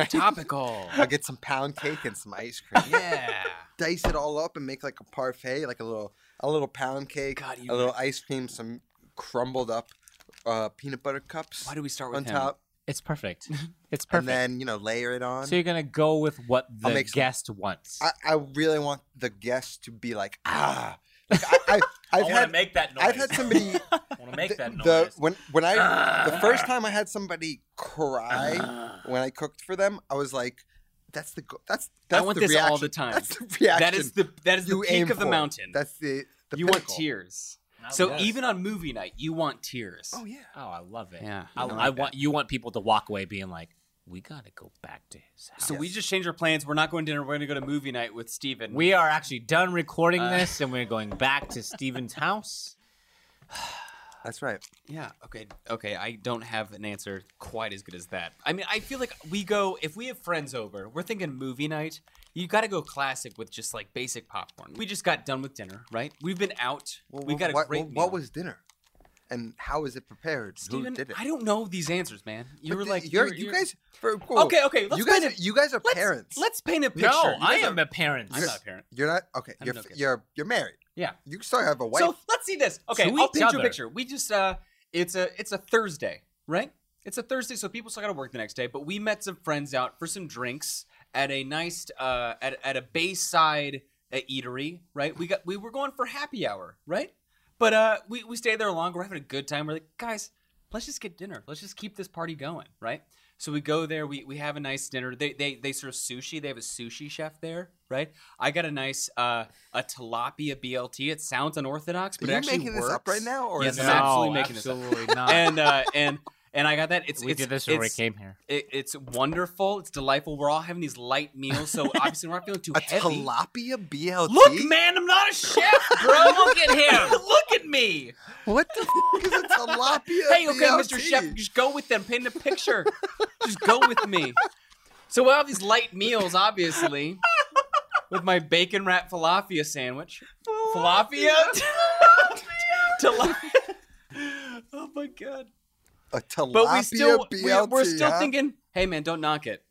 topical.
I'll get some pound cake and some ice cream.
Yeah.
Dice it all up and make like a parfait, like a little a little pound cake,
God, you-
a little ice cream, some crumbled up uh, peanut butter cups
Why do we start with
on
him?
top,
It's perfect. It's
and
perfect.
then you know layer it on.
so you're gonna go with what
I'll
the
make some-
guest wants.
I, I really want the guests to be like, ah. Like, I, I, I've had
make that
I've had somebody
want to make Ah.
the, the- when when I the first time I had somebody cry when I cooked for them, I was like, "That's the go- that's that's
want
the
this all
reaction.
the time.
That's the reaction.
That is the that is the
you
peak
aim
of the
for.
mountain.
That's the, the
you
pinnacle.
want tears. So
yes.
even on movie night, you want tears.
Oh yeah,
Oh, I love it.
Yeah,
I,
I like
I
that.
want you want people to walk away being like, we gotta go back to his house.
So we just changed our plans. We're not going to dinner. We're going to go to movie night with Steven.
We are actually done recording
Uh.
this, and we're going back to Steven's house.
that's right.
yeah. Okay. Okay. I don't have an answer quite as good as that. I mean, I feel like we go if we have friends over. We're thinking movie night. You got to go classic with just like basic popcorn. We just got done with dinner, right? We've been out. we got a
what,
great.
what, what
meal.
was dinner, and how was it prepared?
Steven,
Who did it?
I don't know these answers, man. You
But
were
the-
like,
you're-
you're,
you
you're-
guys. For,
Okay, okay, let's
you
paint
guys, are,
it-
you guys are
let's,
parents.
Let's paint a picture.
No,
You
I
guys
am
are-
a parent.
I'm not a parent.
You're not okay.
I'm
You're,
no
f-
kid.
you're you're married.
Yeah.
You still have a wife.
So let's see this. Okay,
To
I'll
each
paint you
other.
a picture. We just uh, it's a it's a Thursday, right? It's a Thursday, so people still got to work the next day. But we met some friends out for some drinks at a nice uh at, at a Bayside uh, eatery, right? We got we were going for happy hour, right? But uh, we we stayed there longer. We're having a good time. We're like, guys, let's just get dinner. Let's just keep this party going, right? So we go there. We, we have a nice dinner. They, they they serve sushi. They have a sushi chef there, right? I got a nice uh, a tilapia BLT. It sounds unorthodox,
Are
but it
you
actually
making this up
works.
right now, or
Yes,
is
I'm
that-
absolutely making this up.
absolutely not.
And uh, and and I got that. It's
we
it's,
did this when we
it's-
came here.
it- it's wonderful. It's delightful. We're all having these light meals, so obviously we're not feeling too
a
heavy.
tilapia BLT?
Look, man, I'm not a chef, bro. Look at him. Look at me.
What the f- is a tilapia?
Hey, okay, Mr.
BLT?
Chef, just go with them. Paint a picture. just go with me. So we'll have these light meals, obviously, with my bacon wrap falafia sandwich. Falafia? Tila- oh my god!
A tilapia
But we still
BLT,
we, are still
huh?
thinking, hey man, don't knock it.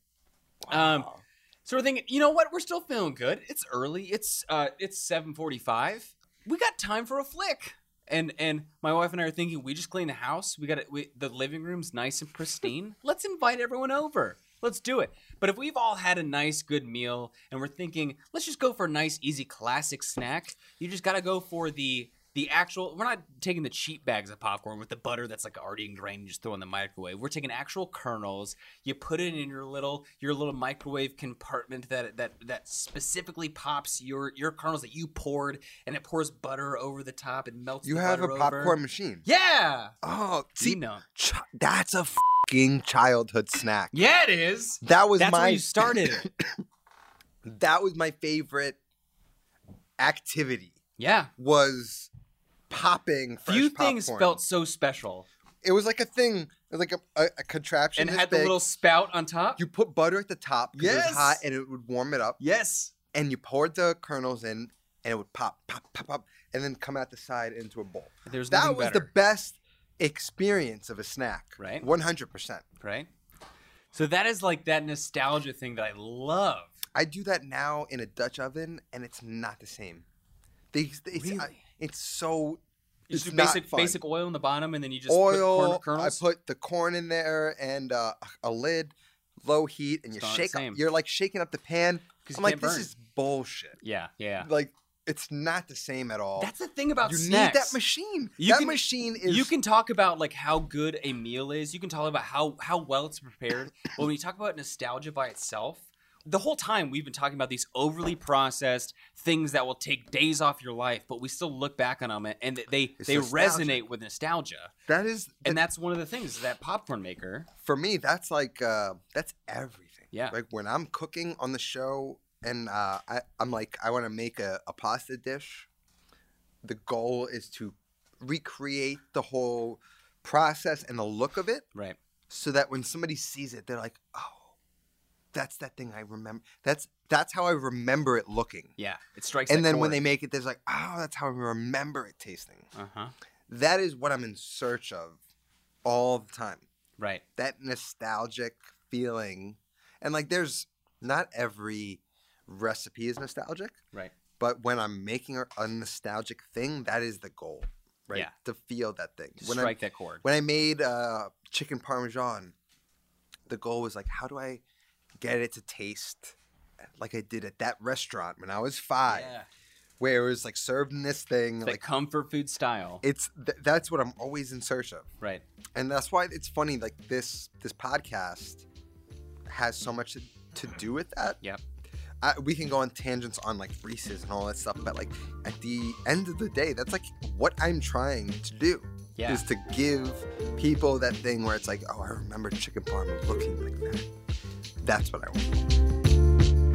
Um,
Wow.
so we're thinking, you know what? We're still feeling good. It's early. It's uh, it's seven forty-five. We got time for a flick. And and my wife and I are thinking, we just cleaned the house. We got it. We, the living room's nice and pristine. Let's invite everyone over. Let's do it. But if we've all had a nice, good meal, and we're thinking, let's just go for a nice, easy, classic snack. You just got to go for the the actual. We're not taking the cheap bags of popcorn with the butter that's like already ingrained. You just throw in the microwave. We're taking actual kernels. You put it in your little your little microwave compartment that that that specifically pops your your kernels that you poured, and it pours butter over the top and melts.
You
the
have a
butter over.
popcorn machine.
Yeah.
Oh, see,
you know.
ch- that's a fucking childhood snack.
Yeah, it is.
That was
That's
my
where you started it.
that was my favorite activity
Yeah.
was popping fresh
Few things
popcorn.
felt so special.
it was like a thing it was like a, a, a contraption
And it
this
had the
big.
little spout on top.
you put butter at the top 'cause it
Yes.
was hot and it would warm it up
yes.
and you poured the kernels in and it would pop pop pop pop and then come out the side into a bowl
There's
that
nothing
was the
better,
best experience of a snack
Right.
100%
right? So that is like that nostalgia thing that I love.
i do that now in a dutch oven and it's not the same they, they- it's, uh,
Really?
it's so
You
it's
just do
not
basic
fun.
basic oil in the bottom, and then you just put corn
oil.
kernels.
I put the corn in there and uh, a lid, low heat, and you
It's not the
shake.
same.
Up, you're like shaking up the pan.
'Cause
I'm
you
like,
can't
this
burn.
is bullshit.
yeah, yeah.
Like, it's not the same at all.
That's the thing about
you
snacks.
need that machine.
You
that
can-
machine is.
you can talk about like how good a meal is. You can talk about how how well it's prepared. but when you talk about nostalgia by itself, the whole time we've been talking about these overly processed things that will take days off your life, but we still look back on them and they they,
It's
they
nostalgia.
resonate with nostalgia.
That is.
And that's one of the things that popcorn maker.
for me, that's like uh, that's everything.
Yeah.
Like when I'm cooking on the show, and uh, I, I'm like, I want to make a, a pasta dish. The goal is to recreate the whole process and the look of it.
Right.
so that when somebody sees it, they're like, "Oh, that's that thing I remember. That's that's how I remember it looking."
Yeah. It strikes.
and then when they make it, they're like, "Oh, that's how I remember it tasting."
uh huh.
That is what I'm in search of all the time.
Right.
That nostalgic feeling, and like, there's not every recipe is nostalgic,
Right.
but when I'm making a- a nostalgic thing, that is the goal, right?
Yeah.
To feel that thing.
To
When I'm
strike that chord.
when I made uh, chicken parmesan, the goal was like, how do I get it to taste like I did at that restaurant when I was five,
yeah.
where it was like served in this thing,
It's like
like.
comfort food style.
It's th- that's what I'm always in search of,
right.
and that's why it's funny. Like this, this podcast has so much to, to do with that.
Yep.
I, we can go on tangents on like Reese's and all that stuff, but like at the end of the day, that's like what I'm trying to do
Yeah.
is to give people that thing where it's like, oh, I remember chicken parm looking like that. That's what I want.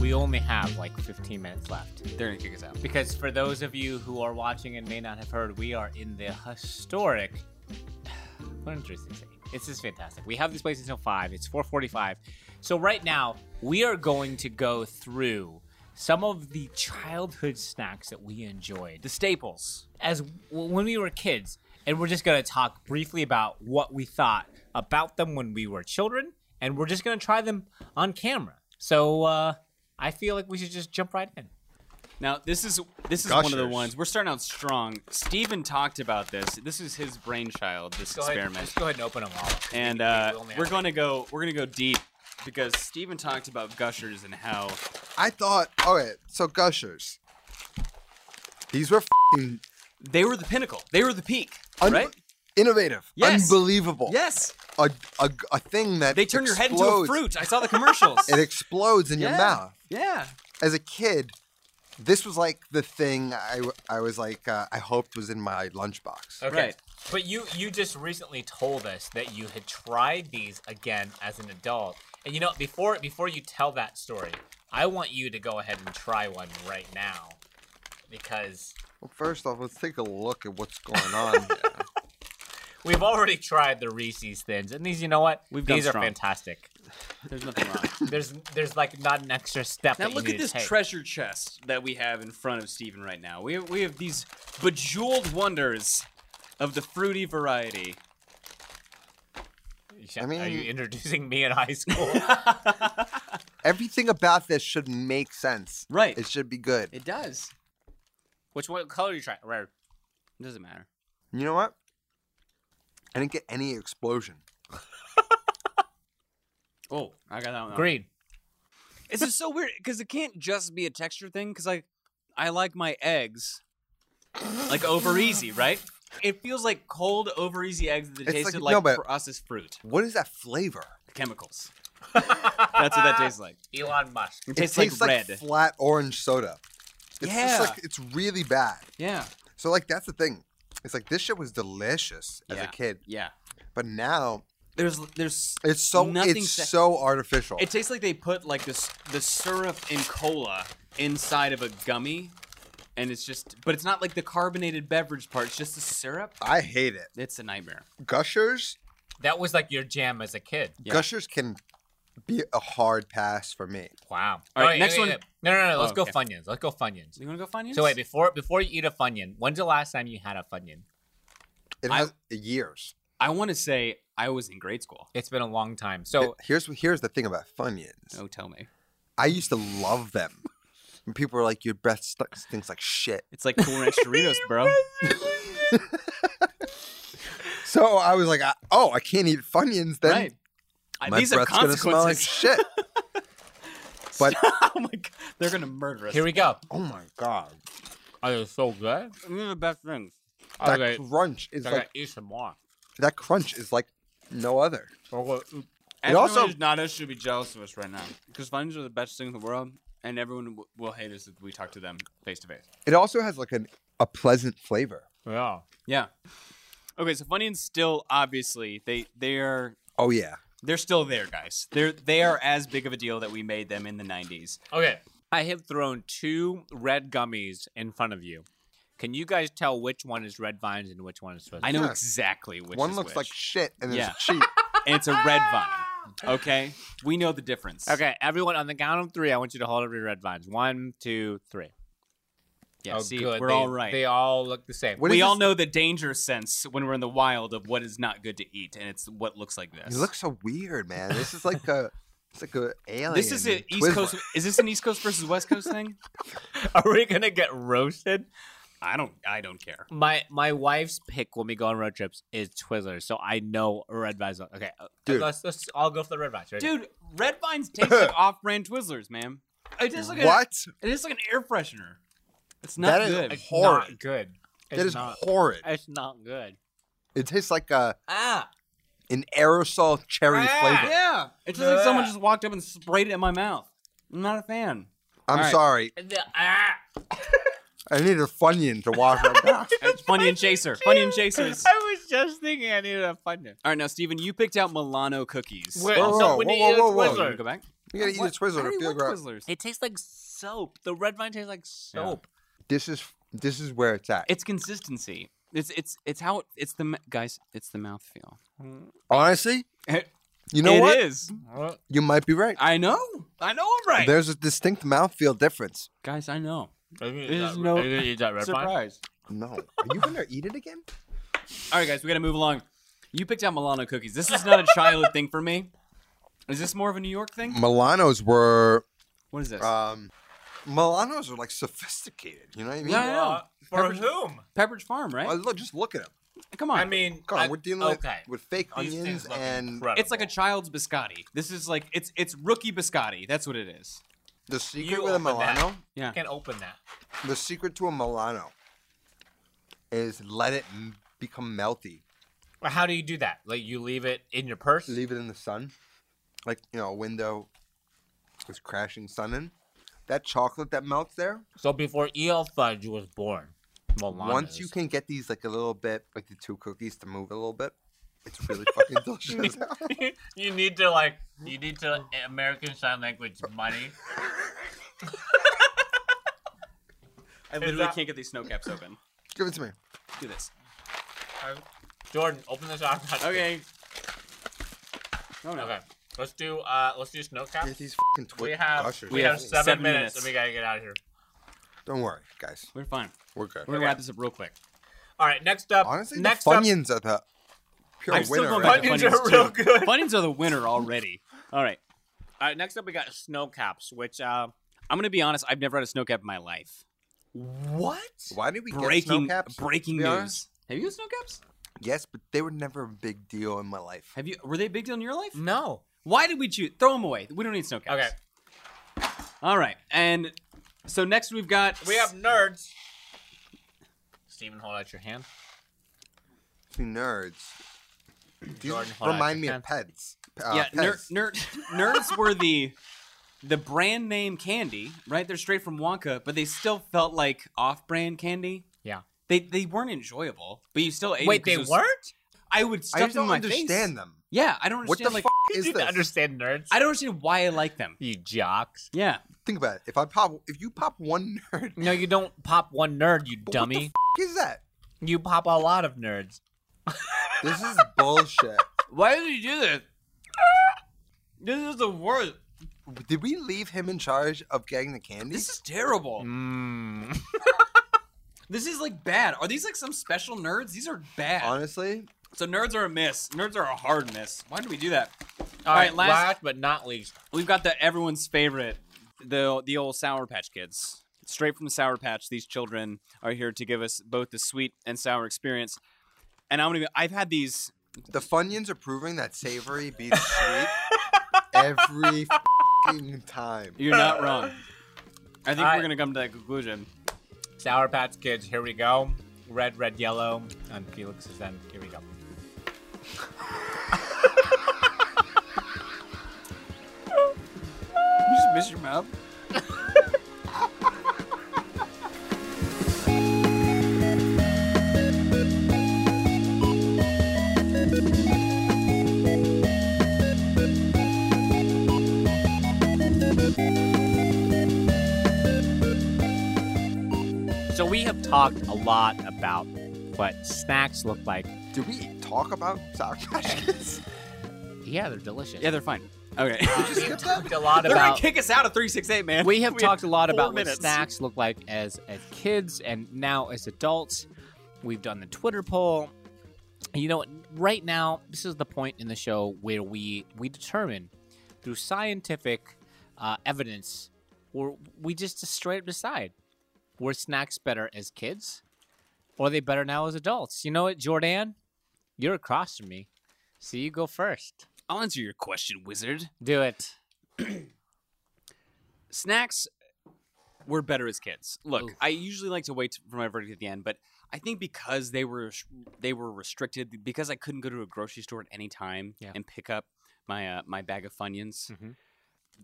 We only have like 15 minutes left.
They're gonna kick us out.
Because for those of you who are watching and may not have heard, we are in the historic. What an interesting city. It's just fantastic. We have this place until five. It's four forty-five. So right now we are going to go through some of the childhood snacks that we enjoyed
The staples.
as w- when we were kids, and we're just gonna talk briefly about what we thought about them when we were children, and we're just gonna try them on camera. So uh, I feel like we should just jump right in.
Now this is this is one of the
Gushers.
ones we're starting out strong. Steven talked about this. This is his brainchild. This experiment.
go ahead and open them all.
and uh, we're going to go we're going to go deep because Steven talked about gushers and how
I thought, all right, so gushers. These were fing
they were the pinnacle. They were the peak,
un-
right?
innovative,
Yes.
unbelievable.
Yes.
A, a, a thing that
They turn your head into a
explodes.
fruit. I saw the commercials.
It explodes in
Yeah.
your mouth.
Yeah.
As a kid, this was like the thing I, I was like uh, I hoped was in my lunchbox.
Okay.
Right.
But you you just recently told us that you had tried these again as an adult. And you know, before before you tell that story, I want you to go ahead and try one right now. Because
Well, first off, let's take a look at what's going on. here.
We've already tried the Reese's thins, and these, you know what?
We've
these
done
are
strong.
fantastic.
There's nothing wrong.
There's there's like not an extra step.
Now
that you
look
need
at
to
this
take.
treasure chest that we have in front of Steven right now. We have, we have these bejeweled wonders of the fruity variety.
I mean-
are you introducing me in high school?
Everything about this should make sense.
Right.
It should be good.
It does.
Which one color are you trying? Red.
It doesn't matter.
You know what? I didn't get any explosion.
Oh, I got that one.
Green.
It's just so weird because it can't just be a texture thing. Because like, I like my eggs like over easy, right? It feels like cold over easy eggs that
It's
tasted like,
like- no, but-
processed fruit,
What is that flavor?
chemicals. That's what that tastes like.
Elon Musk.
It
It
tastes,
tastes
like,
like,
red.
flat orange soda. It's
Yeah.
just like it's really bad.
yeah.
So like that's the thing. It's like this shit was delicious as a
Yeah.
kid,
Yeah.
but now
There's there's
it's so
Nothing
it's
sa-
so artificial.
It tastes like they put like this the syrup and cola inside of a gummy, and it's just but it's not like the carbonated beverage part. It's just the syrup.
I hate it.
It's a nightmare.
Gushers,
That was like your jam as a kid.
Yeah.
gushers can be a hard pass for me.
Wow.
All right, next one-
No, no, no. Let's
Oh,
go
okay.
Funyuns. Let's go Funyuns.
You want to go find yours?
So wait, before before you eat a Funyun, when's the last time you had a Funyun?
It
I-
has years.
I want to say I was in grade school.
It's been a long time. So
here's here's the thing about Funyuns.
Oh, tell me.
I used to love them. And people were like, "Your breath stu- stinks like shit."
It's like Cool Ranch Doritos, bro.
So I was like, I, "Oh, I can't eat Funyuns then.
right. I-
My
These are
breath's gonna smell like
consequences.
shit." but
oh my god, they're gonna murder us.
here we go.
oh my god,
Are they so good?
We're the best friends.
that crunch is like
eat some more.
that crunch is like no other.
Everyone
also-
who's not us should be jealous of us right now because Funyuns are the best thing in the world, and everyone w- will hate us if we talk to them face to face.
It also has like an, a pleasant flavor.
Yeah.
Yeah. Okay, so Funyuns still obviously they they are
Oh yeah,
they're still there, guys. They're they are as big of a deal that we made them in the '90s.
Okay. I have thrown two red gummies in front of you. Can you guys tell which one is red vines and which one is Swiss?
I know
Yeah.
exactly which
one
is
looks
which.
like shit and
Yeah.
it's cheap.
and it's a red vine. Okay, we know the difference.
Okay, everyone on the count of three, I want you to hold up your red vines. One, two, three.
yeah, see, we're
Oh, They-
all right.
They all look the same.
What
we
is
all
this-
know the danger sense when we're in the wild of what is not good to eat, and it's what looks like this.
You look so weird, man. This is like a it's like a alien.
this is an East
Twizzler.
Coast. Is this an East Coast versus West Coast thing?
Are we gonna get roasted?
I don't. I don't care.
My my wife's pick when we go on road trips is Twizzlers, so I know red vines. are- Okay, uh,
Dude.
let's let's all go for the red vines. Ready?
Dude, red vines taste like off-brand Twizzlers, man. It tastes like a-
What?
It is like an air freshener. It's
That
not
is
good.
it's
horrid.
not good. It's
That is
not.
horrid.
It's not good.
It tastes like a
ah,
an aerosol cherry
Ah.
flavor.
yeah. It's just like someone just walked up and sprayed it in my mouth. I'm not a fan.
I'm
All right.
sorry.
Ah!
I need a funyun to wash my back.
It's Funny and Chaser. Funny and Chasers.
I was just thinking I needed a funder.
All right, now Steven, you picked out Milano cookies.
Wait,
Whoa,
so
whoa,
when
whoa,
you eat a
whoa, whoa,
You wanna
Twizzler,
go back?
You gotta eat
What?
a Twizzler
How
to
do you
feel
like
gross.
Twizzlers?
it tastes like soap. The red vine tastes like soap.
This is this is where it's at.
It's consistency. It's it's it's how it, it's the m- guys. It's the mouth feel.
Honestly,
It
you
is.
know what? You might be right.
I know. I know. I'm right,
There's a distinct mouthfeel difference.
guys. I know.
There's
that- no- are you
eat that red
Surprise.
No. Are you gonna eat it again?
All right, guys, we gotta move along. You picked out Milano cookies. This is not a childhood thing for me. Is this more of a New York thing?
Milanos were
What is this?
um Milanos are like sophisticated, you know what I mean?
Yeah, I know.
For
Pepper-
whom?
Pepperidge Farm, right?
Well, look, just look at them.
Come on.
I mean,
Come on,
I-
we're dealing
okay.
with, with fake
These things
onions
look
and
incredible.
it's like a child's biscotti. This is like it's it's rookie biscotti. That's what it is.
the secret
You
with a
open that.
Milano.
Yeah.
Can't open that.
The secret to a Milano is let it m- become melty.
Well, How do you do that? Like you leave it in your purse?
Leave it in the sun, like you know, a window is crashing sun in. That chocolate that melts there.
So before EL Fudge was born, Milanos.
Once you can get these like a little bit, like the two cookies to move a little bit, it's really fucking delicious.
you need to like you need to American Sign Language money.
I literally
that-
can't get these snow caps open.
Give it to me.
Do this.
Jordan, open this up.
Okay. Oh, no.
Okay. Let's do uh let's do snow cap.
Get these fucking
We
Twitter
have
gushers.
we
out
have
of here.
seven,
seven
minutes,
minutes.
and we gotta get out of here.
Don't worry, guys.
We're fine.
We're good.
We're gonna wrap this up real quick.
All right, next up.
Honestly,
next
the
up,
Funyuns are the pure
I'm still
winner.
going
right
back to
now.
Funyuns are
Funyuns
real
too.
good.
Funyuns are the winner already. All right.
All right, next up we got snow caps, which uh,
I'm gonna be honest. I've never had a snow cap in my life.
What?
Why did we get snow
breaking
caps?
breaking
to be
news.
honest?
Have you had snow caps?
Yes, but they were never a big deal in my life.
Have you? Were they a big deal in your life?
No.
Why did we choose? Throw them away. We don't need snow caps.
Okay.
All right. And so next we've got
We have nerds. Steven, hold out your hand.
Two nerds. These
Jordan, hold on,
remind
you
me of pets. Uh,
yeah ner-
Pez.
ner- nerds were the the brand name candy right they're straight from wonka but they still felt like off-brand candy
Yeah.
they they weren't enjoyable but you still ate
Wait,
them
they
'cause it was-
weren't?
i would stuff
I just
them in
don't
my
understand
face.
them.
yeah i don't
What
understand
the
like
fuck
You
is
didn't
this?
understand nerds.
i don't understand why i like them
you jocks.
yeah
Think about it. If I pop, if you pop one nerd,
No, you don't pop one nerd, you
what the
dummy.
f- is that?
you pop a lot of nerds.
This is bullshit.
why did you do this this is the worst
Did we leave him in charge of getting the candy?
this is terrible
Mm.
this is like bad are these like some special nerds these are bad
Honestly,
so nerds are a miss nerds are a hard miss why did we do that
All
right,
right,
last-
last, but not least.
We've got the everyone's favorite, the the old Sour Patch Kids. Straight from the Sour Patch, these children are here to give us both the sweet and sour experience. And I'm gonna be, I've had these.
the Funyuns are proving that savory beats sweet every fucking time.
You're not wrong. I think
I-
we're gonna come to that conclusion.
Sour Patch Kids, here we go. Red, red, yellow. On Felix's end, here we go.
You just miss your mouth.
so we have talked a lot about what snacks look like.
Did we talk about Sour Patch Kids?
Yeah, they're delicious.
Yeah, they're fine. Okay.
Just skip that?
A lot
They're gonna
about
kick us out of 368, man.
we have talked a lot
four
about
minutes.
what snacks look like as, as kids and now as adults. We've done the Twitter poll. You know, right now, this is the point in the show where we we determine through scientific uh, evidence, or we just straight up decide were snacks better as kids, or are they better now as adults? You know what, Jordan, you're across from me, so you go first.
I'll answer your question, wizard.
Do it.
snacks were better as kids. Look,
Oof.
I usually like to wait for my verdict at the end, but I think because they were they were restricted because I couldn't go to a grocery store at any time
Yeah.
and pick up my uh, my bag of Funyuns.
Mhm.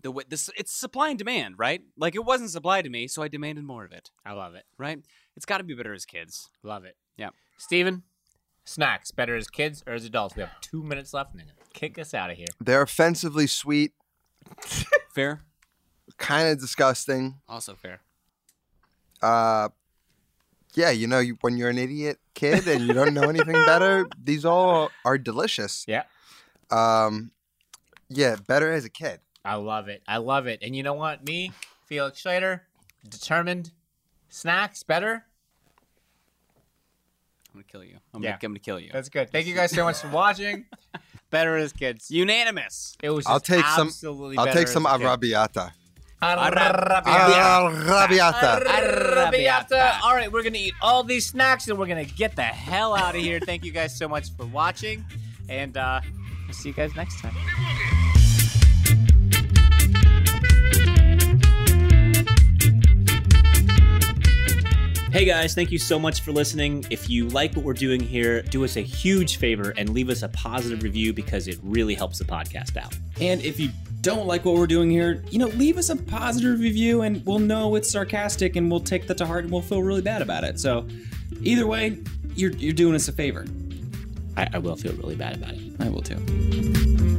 The way this it's supply and demand, right? Like it wasn't supply to me, so I demanded more of it,
I love it.
right? It's got to be better as kids.
Love it.
Yeah.
Steven, snacks better as kids or as adults? We have two minutes left and then kick us out of here.
They're offensively sweet,
Fair,
kind of disgusting.
also fair.
Uh, yeah, you know, you, when you're an idiot kid and you don't know anything better, these all are delicious.
Yeah.
Um, yeah, better as a kid.
I love it. I love it. And you know what? Me, Felix Schrader, determined snacks better.
I'm gonna kill you. I'm,
Yeah.
gonna, I'm gonna kill you.
That's good. Thank you guys so much for watching. better as kids.
Unanimous.
It was
I'll
just
take some-
absolutely
I'll
better
take some
as a kid.
arrabbiata.
Arabiata.
Arrabbiata.
Arrabbiata. All right, we're going to eat all these snacks and we're going to get the hell out of here. Thank you guys so much for watching. And uh, we'll see you guys next time.
Hey guys, thank you so much for listening. If you like what we're doing here, do us a huge favor and leave us a positive review because it really helps the podcast out.
And if you don't like what we're doing here, you know, leave us a positive review and we'll know it's sarcastic and we'll take that to heart and we'll feel really bad about it. So either way, you're, you're doing us a favor.
I, I will feel really bad about it.
I will too.